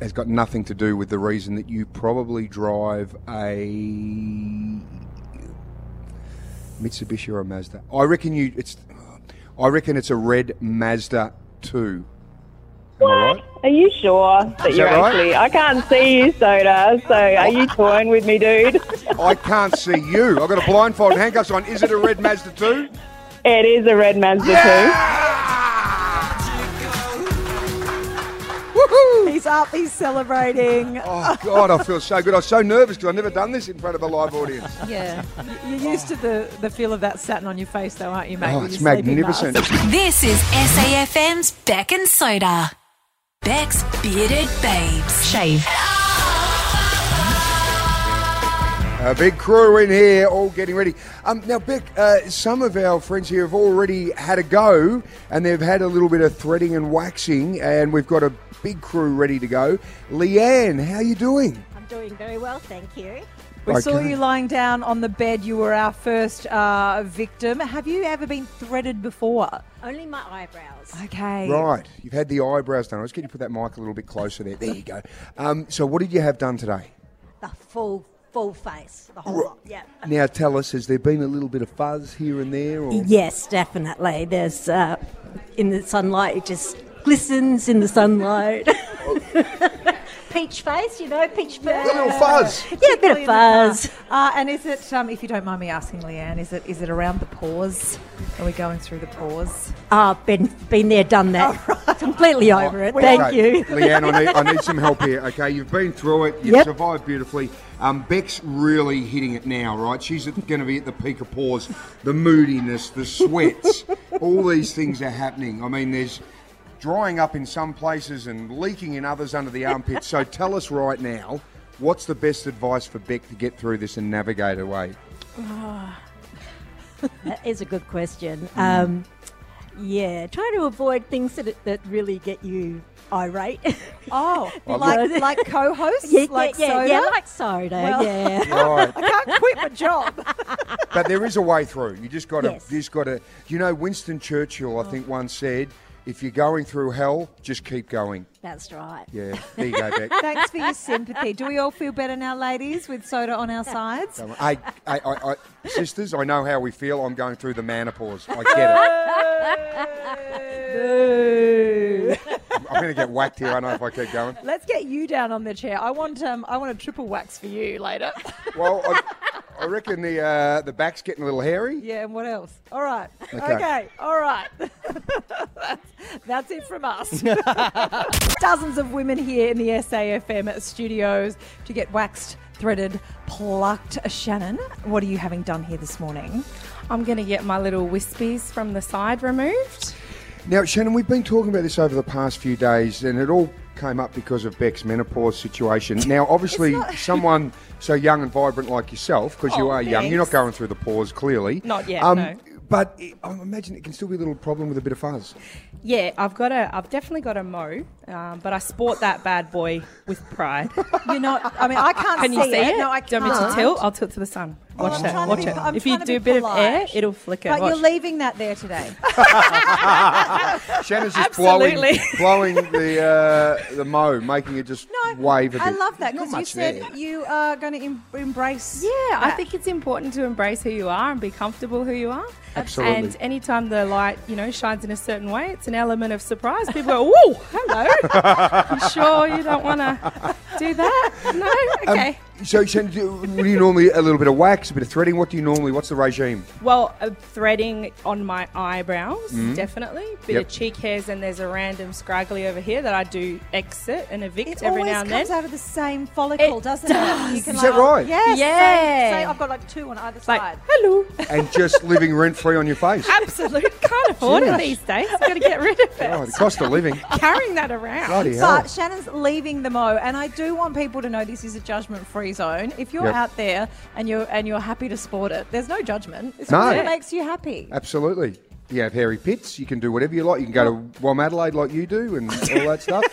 [SPEAKER 3] Has got nothing to do with the reason that you probably drive a Mitsubishi or a Mazda. I reckon you. It's. I reckon it's a red Mazda two. Am I right?
[SPEAKER 13] Are you sure that
[SPEAKER 3] Is
[SPEAKER 13] you're
[SPEAKER 3] that right?
[SPEAKER 13] actually? I can't see you, Soda. So are
[SPEAKER 3] Oh.
[SPEAKER 13] you toying with me, dude?
[SPEAKER 3] I can't see you. I've got a blindfold and handcuffs on. Is it a red Mazda two?
[SPEAKER 13] It is a red Mazda
[SPEAKER 2] Woohoo! He's up. He's celebrating.
[SPEAKER 3] Oh God, I feel so good. I was so nervous because I've never done this in front of a live audience.
[SPEAKER 2] Yeah. You're used to the, the feel of that satin on your face, though, aren't you, mate?
[SPEAKER 3] Oh,
[SPEAKER 2] with
[SPEAKER 3] it's
[SPEAKER 2] your sleeping
[SPEAKER 3] magnificent.
[SPEAKER 2] mask?
[SPEAKER 1] This is SAFM's Beck and Soda. Beck's Bearded Babes. Shave.
[SPEAKER 3] A big crew in here, all getting ready. Um, now, Beck, uh, some of our friends here have already had a go, and they've had a little bit of threading and waxing, and we've got a big crew ready to go. Leanne, how you doing?
[SPEAKER 12] I'm doing very well, thank you.
[SPEAKER 2] We saw
[SPEAKER 3] Okay.
[SPEAKER 2] you lying down on the bed. You were our first uh, victim. Have you ever been threaded before?
[SPEAKER 12] Only my eyebrows.
[SPEAKER 2] Okay.
[SPEAKER 3] Right, you've had the eyebrows done. I was going to put that mic a little bit closer there. There you go. Um, so, what did you have done today?
[SPEAKER 12] The full, full face, the whole lot. Yeah.
[SPEAKER 3] Now, tell us, has there been a little bit of fuzz here and there? Or?
[SPEAKER 12] Yes, definitely. There's uh, in the sunlight, it just glistens in the sunlight. peach face, you know, peach face. Yeah, a bit of fuzz.
[SPEAKER 2] Uh, and is it, um, if you don't mind me asking, Leanne, is it is it around the pores? Are we going through the pores?
[SPEAKER 12] Ah, been been there, done that. Completely over it. Thank
[SPEAKER 3] Okay,
[SPEAKER 12] you,
[SPEAKER 3] Leanne, I need, I need some help here. Okay, you've been through it, you've
[SPEAKER 12] Yep.
[SPEAKER 3] survived beautifully. Um, Beck's really hitting it now, right? She's going to be at the peak of pause, the moodiness, the sweats, all these things are happening. I mean, there's drying up in some places and leaking in others under the armpits. So tell us right now, what's the best advice for Beck to get through this and navigate away?
[SPEAKER 12] Ah, that is a good question.
[SPEAKER 14] Mm.
[SPEAKER 12] Um, yeah, try to avoid things that, that really get you irate.
[SPEAKER 2] Oh,
[SPEAKER 12] Well,
[SPEAKER 2] like
[SPEAKER 12] look-
[SPEAKER 2] like co-hosts,
[SPEAKER 12] Yeah, yeah,
[SPEAKER 2] like
[SPEAKER 12] yeah,
[SPEAKER 2] soda,
[SPEAKER 12] yeah, like soda, yeah.
[SPEAKER 3] Right.
[SPEAKER 2] I can't quit my job.
[SPEAKER 3] but there is a way through. You just got to,
[SPEAKER 2] Yes.
[SPEAKER 3] you just got to. You know, Winston Churchill, I think,
[SPEAKER 12] Oh.
[SPEAKER 3] once said, "If you're going through hell, just keep going."
[SPEAKER 12] That's right.
[SPEAKER 3] Yeah, there you go, Beck.
[SPEAKER 2] Thanks for your sympathy. Do we all feel better now, ladies, with soda on our sides?
[SPEAKER 3] Don't worry. I, I, I, I, sisters, I know how we feel. I'm going through the menopause. I get it. I'm going to get whacked here. I know if I keep going.
[SPEAKER 2] Let's get you down on the chair. I want um, I want a triple wax for you later.
[SPEAKER 3] Well, I, I reckon the uh, the back's getting a little hairy.
[SPEAKER 2] yeah, and what else? All right. Okay.
[SPEAKER 3] Okay.
[SPEAKER 2] All right. that's, that's it from us. Dozens of women here in the SAFM studios to get waxed, threaded, plucked. Shannon, what are you having done here this morning?
[SPEAKER 14] I'm going to get my little wispies from the side removed.
[SPEAKER 3] Now, Shannon, we've been talking about this over the past few days, and it all came up because of Beck's menopause situation. Now, obviously, someone so young and vibrant like yourself, because you
[SPEAKER 15] Oh,
[SPEAKER 3] are young, you're not
[SPEAKER 15] thanks.
[SPEAKER 3] going through the pause, clearly. Um,
[SPEAKER 15] Not yet, no.
[SPEAKER 3] But it, I imagine it can still be a little problem with a bit of fuzz.
[SPEAKER 14] Yeah, I've got a, I've definitely got a mo, um, but I sport that bad boy with pride.
[SPEAKER 2] You're not. I mean, I can't
[SPEAKER 14] Can you
[SPEAKER 2] see
[SPEAKER 14] see it?
[SPEAKER 2] No, I
[SPEAKER 14] Do you
[SPEAKER 2] can't.
[SPEAKER 14] want me to tilt? I'll tilt to the sun.
[SPEAKER 2] Oh,
[SPEAKER 14] Watch
[SPEAKER 2] I'm
[SPEAKER 14] that.
[SPEAKER 2] trying to
[SPEAKER 14] Watch
[SPEAKER 2] be-
[SPEAKER 14] it.
[SPEAKER 2] I'm
[SPEAKER 14] if you
[SPEAKER 2] trying to
[SPEAKER 14] do
[SPEAKER 2] be
[SPEAKER 14] a bit
[SPEAKER 2] polite.
[SPEAKER 14] of air, it'll flicker.
[SPEAKER 2] But
[SPEAKER 14] Watch.
[SPEAKER 2] you're leaving that there today.
[SPEAKER 3] Shannon's just
[SPEAKER 14] Absolutely.
[SPEAKER 3] blowing, blowing the uh, the mo, making it just wave a bit.
[SPEAKER 2] I love that
[SPEAKER 3] Not
[SPEAKER 2] because you
[SPEAKER 3] much
[SPEAKER 2] said
[SPEAKER 3] there.
[SPEAKER 2] you are going to em- embrace.
[SPEAKER 14] Yeah, I
[SPEAKER 2] that.
[SPEAKER 14] think it's important to embrace who you are and be comfortable who you are.
[SPEAKER 3] Absolutely.
[SPEAKER 14] And anytime the light, you know, shines in a certain way, it's an element of surprise. People go, "Ooh, hello." I'm sure you don't want to do that. No,
[SPEAKER 3] Um,
[SPEAKER 14] okay.
[SPEAKER 3] so, Shannon, do do you normally a little bit of wax, a bit of threading? What do you normally? What's the regime?
[SPEAKER 14] well, uh, threading on my eyebrows,
[SPEAKER 3] Mhm.
[SPEAKER 14] definitely. Bit
[SPEAKER 3] Yep.
[SPEAKER 14] of cheek hairs, and there's a random scraggly over here that I do exit and evict
[SPEAKER 2] It
[SPEAKER 14] every
[SPEAKER 2] always
[SPEAKER 14] now and
[SPEAKER 2] comes
[SPEAKER 14] then.
[SPEAKER 2] out of the same follicle, doesn't it? You
[SPEAKER 3] Is that right?
[SPEAKER 2] Yes.
[SPEAKER 14] Yeah.
[SPEAKER 2] Same, same. I've got like two on either
[SPEAKER 14] Like,
[SPEAKER 2] side.
[SPEAKER 14] hello.
[SPEAKER 3] And just living rent free on your face.
[SPEAKER 14] Absolutely. Can't afford it
[SPEAKER 3] Jeez.
[SPEAKER 14] these days. Got to get rid of it.
[SPEAKER 3] Oh, the cost of living.
[SPEAKER 14] Carrying that around.
[SPEAKER 3] Bloody hell.
[SPEAKER 2] But Shannon's leaving the mo, and I do want people to know this is a judgment-free zone. If you're
[SPEAKER 3] Yep.
[SPEAKER 2] out there and you're and you're happy to sport it, there's no judgment. It's
[SPEAKER 3] No.
[SPEAKER 2] whatever makes you happy.
[SPEAKER 3] Absolutely. You have hairy pits. You can do whatever you like. You can go to Wom Adelaide like you do and all that stuff.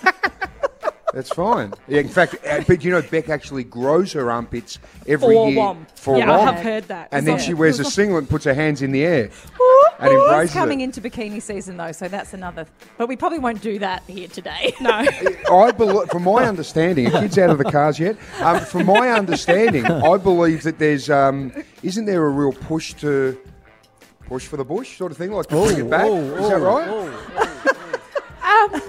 [SPEAKER 3] That's fine. Yeah, in fact, uh, but you know, Beck actually grows her armpits every
[SPEAKER 14] For
[SPEAKER 3] year
[SPEAKER 14] Wom.
[SPEAKER 3] for
[SPEAKER 14] Yeah, I
[SPEAKER 3] Wom.
[SPEAKER 14] have heard that.
[SPEAKER 3] And then
[SPEAKER 2] Yeah.
[SPEAKER 3] she wears a singlet and puts her hands in the air and
[SPEAKER 2] It is
[SPEAKER 3] embraces
[SPEAKER 2] coming
[SPEAKER 3] it.
[SPEAKER 2] into bikini season though, so that's another. But we probably won't do that here today. No.
[SPEAKER 3] I believe, from my understanding, are kids out of the cars yet? Um, from my understanding, I believe that there's, um, isn't there a real push to push for the bush sort of thing, like to bring it back?
[SPEAKER 4] oh,
[SPEAKER 3] Is that
[SPEAKER 4] oh,
[SPEAKER 3] right?
[SPEAKER 14] Um,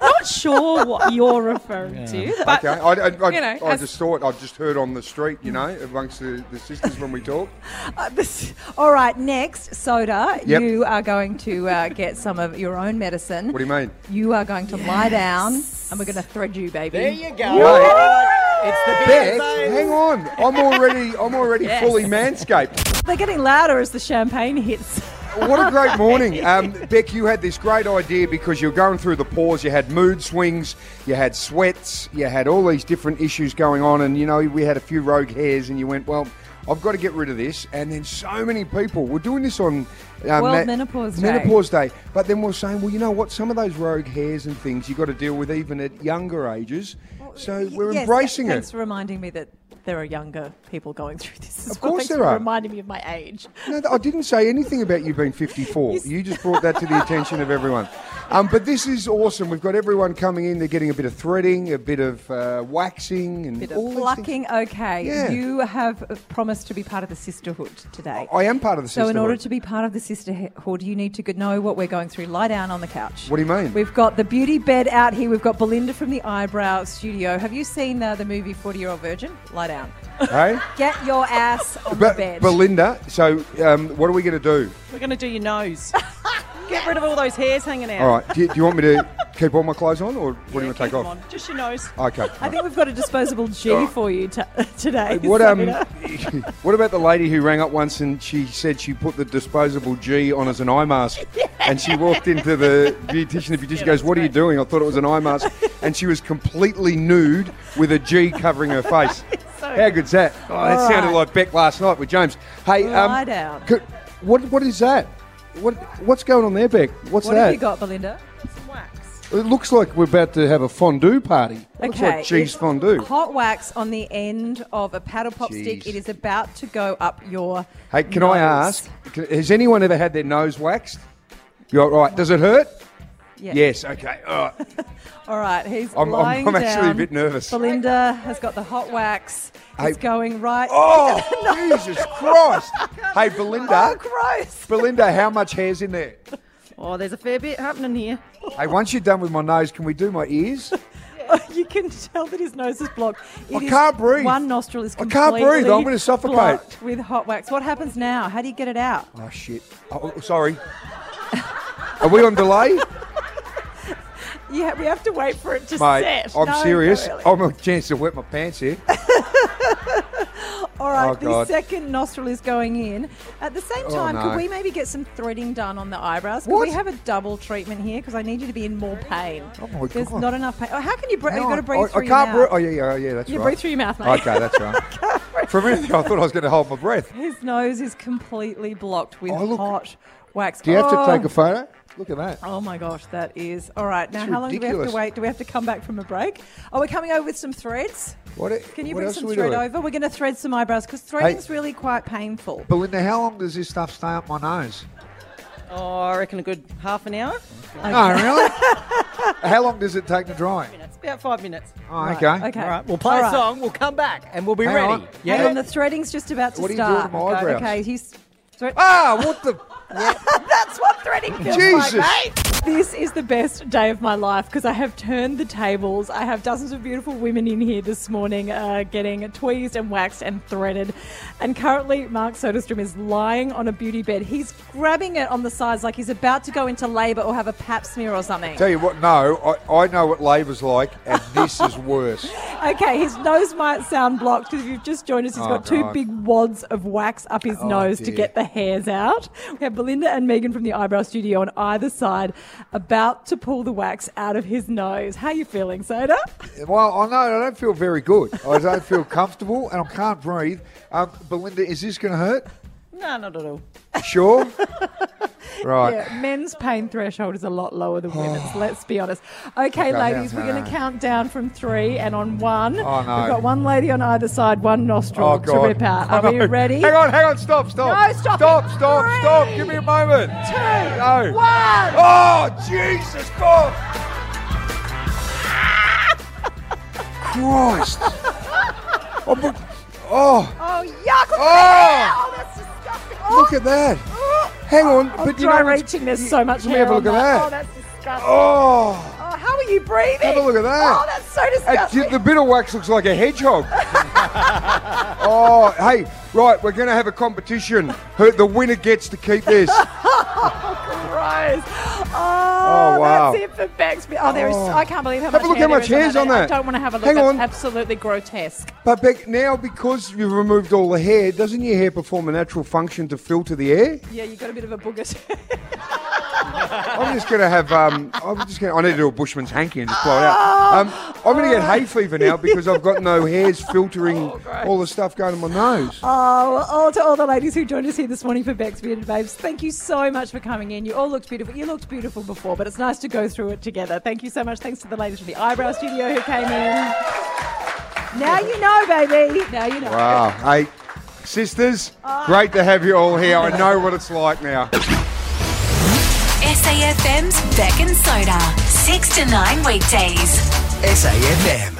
[SPEAKER 14] not sure what you're referring to, but
[SPEAKER 3] okay, I, I, I,
[SPEAKER 14] Uh, you know,
[SPEAKER 3] I
[SPEAKER 14] as-
[SPEAKER 3] just thought I just heard on the street, you know, amongst the, the sisters when we talk.
[SPEAKER 2] All right, next, Soda,
[SPEAKER 3] Yep.
[SPEAKER 2] you are going to uh, get some of your own medicine.
[SPEAKER 3] What do you mean?
[SPEAKER 2] You are going to lie down and we're going to thread you, baby.
[SPEAKER 4] There you go.
[SPEAKER 3] It's the Beck, hang on, I'm already, I'm already
[SPEAKER 2] Yes.
[SPEAKER 3] fully manscaped.
[SPEAKER 2] They're getting louder as the champagne hits.
[SPEAKER 3] What a great morning, um, Beck! You had this great idea because you were going through the pause. You had mood swings, you had sweats, you had all these different issues going on, and you know we had a few rogue hairs, and you went, "Well, I've got to get rid of this." And then so many people were doing this on um,
[SPEAKER 2] World
[SPEAKER 3] that-
[SPEAKER 2] Menopause Day.
[SPEAKER 3] Menopause Day. But then we're saying, well, you know what? Some of those rogue hairs and things you got to deal with even at younger ages. So we're
[SPEAKER 2] Yes,
[SPEAKER 3] embracing
[SPEAKER 2] Thanks
[SPEAKER 3] it.
[SPEAKER 2] for reminding me that there are younger people going through this. As
[SPEAKER 3] Of
[SPEAKER 2] well.
[SPEAKER 3] course
[SPEAKER 2] Thanks
[SPEAKER 3] there
[SPEAKER 2] for
[SPEAKER 3] are.
[SPEAKER 2] reminding me of my age.
[SPEAKER 3] No, th- I didn't say anything about you being 54. You just brought that to the attention of everyone. Um, but this is awesome. We've got everyone coming in. They're getting a bit of threading, a bit of uh, waxing, and
[SPEAKER 2] Bit of
[SPEAKER 3] all these things.
[SPEAKER 2] plucking, okay.
[SPEAKER 3] Yeah.
[SPEAKER 2] You have promised to be part of the sisterhood today.
[SPEAKER 3] I am part of the
[SPEAKER 2] So, in order
[SPEAKER 3] sisterhood.
[SPEAKER 2] to be part of the sisterhood, you need to g- know what we're going through. Lie down on the couch.
[SPEAKER 3] What do you mean?
[SPEAKER 2] We've got the beauty bed out here. We've got Belinda from the Eyebrow Studio. Have you seen uh, the movie 40 Year Old Virgin? Lie down.
[SPEAKER 3] Hey,
[SPEAKER 2] Get your ass on the
[SPEAKER 3] but
[SPEAKER 2] bed.
[SPEAKER 3] Belinda. So, um, what are we going to do?
[SPEAKER 15] We're going to do your nose. Get rid of all those hairs hanging out.
[SPEAKER 3] All right. Do you, do you want me to keep all my clothes on, or what do you want to take
[SPEAKER 15] Come on,
[SPEAKER 3] off?
[SPEAKER 15] just your nose.
[SPEAKER 3] Okay.
[SPEAKER 2] I think we've got a disposable G for you t- today.
[SPEAKER 3] What um,
[SPEAKER 2] Sonia.
[SPEAKER 3] what about the lady who rang up once and she said she put the disposable G on as an eye mask, and she walked into the beautician. The beautician goes, "What are you doing?" I thought it was an eye mask, and she was completely nude with a G covering her face. How good's that? Oh, that
[SPEAKER 2] All
[SPEAKER 3] sounded
[SPEAKER 2] right.
[SPEAKER 3] like Beck last night with James. Hey, um,
[SPEAKER 2] Lie down.
[SPEAKER 3] could- what what is that? What what's going on there, Beck? What's
[SPEAKER 2] What
[SPEAKER 3] that?
[SPEAKER 2] have you got, Belinda?
[SPEAKER 3] It looks like we're about to have a fondue party. It looks like cheese
[SPEAKER 2] it's
[SPEAKER 3] fondue.
[SPEAKER 2] Hot wax on the end of a paddle pop stick.
[SPEAKER 3] Jeez.
[SPEAKER 2] It is about to go up your.
[SPEAKER 3] Hey, can I ask? can- Has anyone ever had their nose waxed? You're right. Does it hurt?
[SPEAKER 2] Yeah.
[SPEAKER 3] Yes. Okay. All right.
[SPEAKER 2] All right, he's
[SPEAKER 3] I'm- I'm-
[SPEAKER 2] lying
[SPEAKER 3] I'm actually a
[SPEAKER 2] down.
[SPEAKER 3] bit nervous.
[SPEAKER 2] Belinda has got the hot wax.
[SPEAKER 3] Hey.
[SPEAKER 2] It's going right.
[SPEAKER 3] Oh, Jesus Christ! Hey, Belinda.
[SPEAKER 2] gross.
[SPEAKER 3] Belinda, how much hair's in there?
[SPEAKER 15] Oh, there's a fair bit happening here.
[SPEAKER 3] Hey, once you're done with my nose, can we do my ears?
[SPEAKER 2] Oh, you can tell that his nose is blocked. It
[SPEAKER 3] I
[SPEAKER 2] is-
[SPEAKER 3] can't breathe.
[SPEAKER 2] One nostril is
[SPEAKER 3] I
[SPEAKER 2] completely
[SPEAKER 3] can't breathe. I'm going to suffocate.
[SPEAKER 2] blocked with hot wax. What happens now? How do you get it out?
[SPEAKER 3] Oh shit! Oh, oh, sorry. Are we on delay,
[SPEAKER 2] Yeah, we have to wait for it to
[SPEAKER 3] mate?
[SPEAKER 2] set.
[SPEAKER 3] I'm
[SPEAKER 2] No, not
[SPEAKER 3] serious. Oh,
[SPEAKER 2] really.
[SPEAKER 3] I'm a chance to wet my pants here.
[SPEAKER 2] All right,
[SPEAKER 3] Oh,
[SPEAKER 2] the
[SPEAKER 3] God.
[SPEAKER 2] second nostril is going in. At the same
[SPEAKER 3] Oh,
[SPEAKER 2] time,
[SPEAKER 3] no.
[SPEAKER 2] could we maybe get some threading done on the eyebrows? Could
[SPEAKER 3] What?
[SPEAKER 2] we have a double treatment here? Because I need you to be in more pain. Oh
[SPEAKER 3] my
[SPEAKER 2] There's
[SPEAKER 3] God.
[SPEAKER 2] not enough pain. Oh, how can you breathe?
[SPEAKER 3] No,
[SPEAKER 2] You've got to breathe
[SPEAKER 3] I,
[SPEAKER 2] through
[SPEAKER 3] I
[SPEAKER 2] your
[SPEAKER 3] can't
[SPEAKER 2] mouth.
[SPEAKER 3] breathe. Oh, yeah, yeah, oh, yeah, that's
[SPEAKER 2] You
[SPEAKER 3] right.
[SPEAKER 2] breathe through your mouth, mate.
[SPEAKER 3] Okay, that's right. For a minute there, I thought I was going to hold my breath.
[SPEAKER 2] His nose is completely blocked with hot wax.
[SPEAKER 3] Oh, Do you have
[SPEAKER 2] Oh.
[SPEAKER 3] to take a photo? Look at that.
[SPEAKER 2] Oh my gosh, that is all right. Now,
[SPEAKER 3] It's
[SPEAKER 2] how long do we have
[SPEAKER 3] ridiculous.
[SPEAKER 2] to wait? Do we have to come back from a break? Oh, we're coming over with some threads.
[SPEAKER 3] What i-
[SPEAKER 2] Can you
[SPEAKER 3] what
[SPEAKER 2] bring
[SPEAKER 3] else
[SPEAKER 2] some
[SPEAKER 3] are we
[SPEAKER 2] thread
[SPEAKER 3] doing?
[SPEAKER 2] over? We're going to thread some eyebrows because threading's really quite painful.
[SPEAKER 4] Belinda, how long does this stuff stay up my nose?
[SPEAKER 16] Oh, I reckon a good half an hour.
[SPEAKER 4] No, Oh, really? how long does it take to dry?
[SPEAKER 16] It's about five minutes.
[SPEAKER 4] Oh, okay.
[SPEAKER 2] okay.
[SPEAKER 4] All right,
[SPEAKER 12] We'll play
[SPEAKER 2] All
[SPEAKER 12] a
[SPEAKER 2] right.
[SPEAKER 12] song, we'll come back, and we'll be
[SPEAKER 4] Hang
[SPEAKER 12] ready.
[SPEAKER 4] on.
[SPEAKER 12] Yeah.
[SPEAKER 2] And the threading's just about to
[SPEAKER 12] What are you doing
[SPEAKER 2] start.
[SPEAKER 12] to my eyebrows?
[SPEAKER 2] Okay, he's. oh,
[SPEAKER 4] Ah, what the?
[SPEAKER 2] That's what threading feels
[SPEAKER 12] Jesus.
[SPEAKER 2] like, mate. This is the best day of my life because I have turned the tables. I have dozens of beautiful women in here this morning uh, getting tweezed and waxed and threaded. And currently, Mark Soderstrom is lying on a beauty bed. He's grabbing it on the sides like he's about to go into labour or have a pap smear or something.
[SPEAKER 3] Tell you what, no, I, I know what labour's like, and this is worse.
[SPEAKER 2] Okay, his nose might sound blocked because if you've just joined us, he's
[SPEAKER 3] Oh,
[SPEAKER 2] got two
[SPEAKER 3] God.
[SPEAKER 2] big wads of wax up his
[SPEAKER 3] Oh,
[SPEAKER 2] nose to
[SPEAKER 3] dear.
[SPEAKER 2] get the hairs out. We have Belinda and Megan from the Eyebrow Studio on either side about to pull the wax out of his nose. How you feeling, Soda?
[SPEAKER 4] Well, I know I don't feel very good. I don't feel comfortable, and I can't breathe. Um, Belinda, is this going to hurt?
[SPEAKER 16] No, not at all.
[SPEAKER 4] Sure. right.
[SPEAKER 2] Yeah, men's pain threshold is a lot lower than women's, let's be honest. Okay,
[SPEAKER 4] Okay,
[SPEAKER 2] ladies,
[SPEAKER 4] no,
[SPEAKER 2] we're
[SPEAKER 4] no,
[SPEAKER 2] going
[SPEAKER 4] no.
[SPEAKER 2] to count down from three, and on one,
[SPEAKER 4] Oh, no.
[SPEAKER 2] we've got one lady on either side, one nostril
[SPEAKER 4] Oh,
[SPEAKER 2] to
[SPEAKER 4] God.
[SPEAKER 2] rip out.
[SPEAKER 4] I
[SPEAKER 2] Are we
[SPEAKER 4] know.
[SPEAKER 2] ready?
[SPEAKER 4] Hang on, hang on, stop, stop.
[SPEAKER 2] No, stop.
[SPEAKER 4] Stop,
[SPEAKER 2] it.
[SPEAKER 4] stop,
[SPEAKER 2] Three.
[SPEAKER 4] stop. Give me a moment. Two. No.
[SPEAKER 2] one.
[SPEAKER 4] Oh, Jesus God. Christ. oh, but, oh,
[SPEAKER 2] Oh, yuck!
[SPEAKER 4] Oh!
[SPEAKER 2] Oh, that's disgusting. Oh,
[SPEAKER 4] look at that. Hang on.
[SPEAKER 2] I'm
[SPEAKER 4] but you
[SPEAKER 2] dry
[SPEAKER 4] know what's-
[SPEAKER 2] reaching. There's so much
[SPEAKER 4] Let me have
[SPEAKER 2] hair
[SPEAKER 4] a
[SPEAKER 2] on
[SPEAKER 4] look at
[SPEAKER 2] that.
[SPEAKER 4] that.
[SPEAKER 2] Oh, that's disgusting.
[SPEAKER 4] Oh.
[SPEAKER 2] Oh, how are you breathing?
[SPEAKER 4] Have a look at that.
[SPEAKER 2] Oh, that's so
[SPEAKER 3] Uh,
[SPEAKER 2] disgusting.
[SPEAKER 3] the- the bit of wax looks like a hedgehog. oh, hey, right, we're going to have a competition. Who- The winner gets to keep this.
[SPEAKER 2] oh, gross. Oh,
[SPEAKER 3] Oh, wow.
[SPEAKER 2] that's it for Bexby. Oh, there is.
[SPEAKER 3] Oh.
[SPEAKER 2] I can't believe how
[SPEAKER 3] Have
[SPEAKER 2] much
[SPEAKER 3] a look
[SPEAKER 2] hair
[SPEAKER 3] how much
[SPEAKER 2] there is
[SPEAKER 3] hair's on
[SPEAKER 2] that.
[SPEAKER 3] that.
[SPEAKER 2] I don't want to have a look.
[SPEAKER 3] Hang
[SPEAKER 2] that's
[SPEAKER 3] on.
[SPEAKER 2] absolutely grotesque.
[SPEAKER 3] But Beck, now because you've removed all the hair, doesn't your hair perform a natural function to filter the air?
[SPEAKER 2] Yeah, you got a bit of a booger.
[SPEAKER 3] I'm just going to have. Um, I'm just going. to I need to do a bushman's hanky and just blow
[SPEAKER 2] Oh.
[SPEAKER 3] it out. Um, I'm going to get hay fever now because I've got no hairs filtering all the stuff going to my nose.
[SPEAKER 2] Oh, well, all to all the ladies who joined us here this morning for Beck's Bearded Babes, thank you so much for coming in. You all looked beautiful. You looked beautiful before, but it's nice to go through it together. Thank you so much. Thanks to the ladies from the Eyebrow Studio who came in. Now you know, baby. Now you know.
[SPEAKER 3] Wow. Hey, sisters,
[SPEAKER 2] Oh.
[SPEAKER 3] great to have you all here. I know what it's like now.
[SPEAKER 1] SAFM's Beck and Soda, 6 to 9 weekdays.
[SPEAKER 17] SAFM.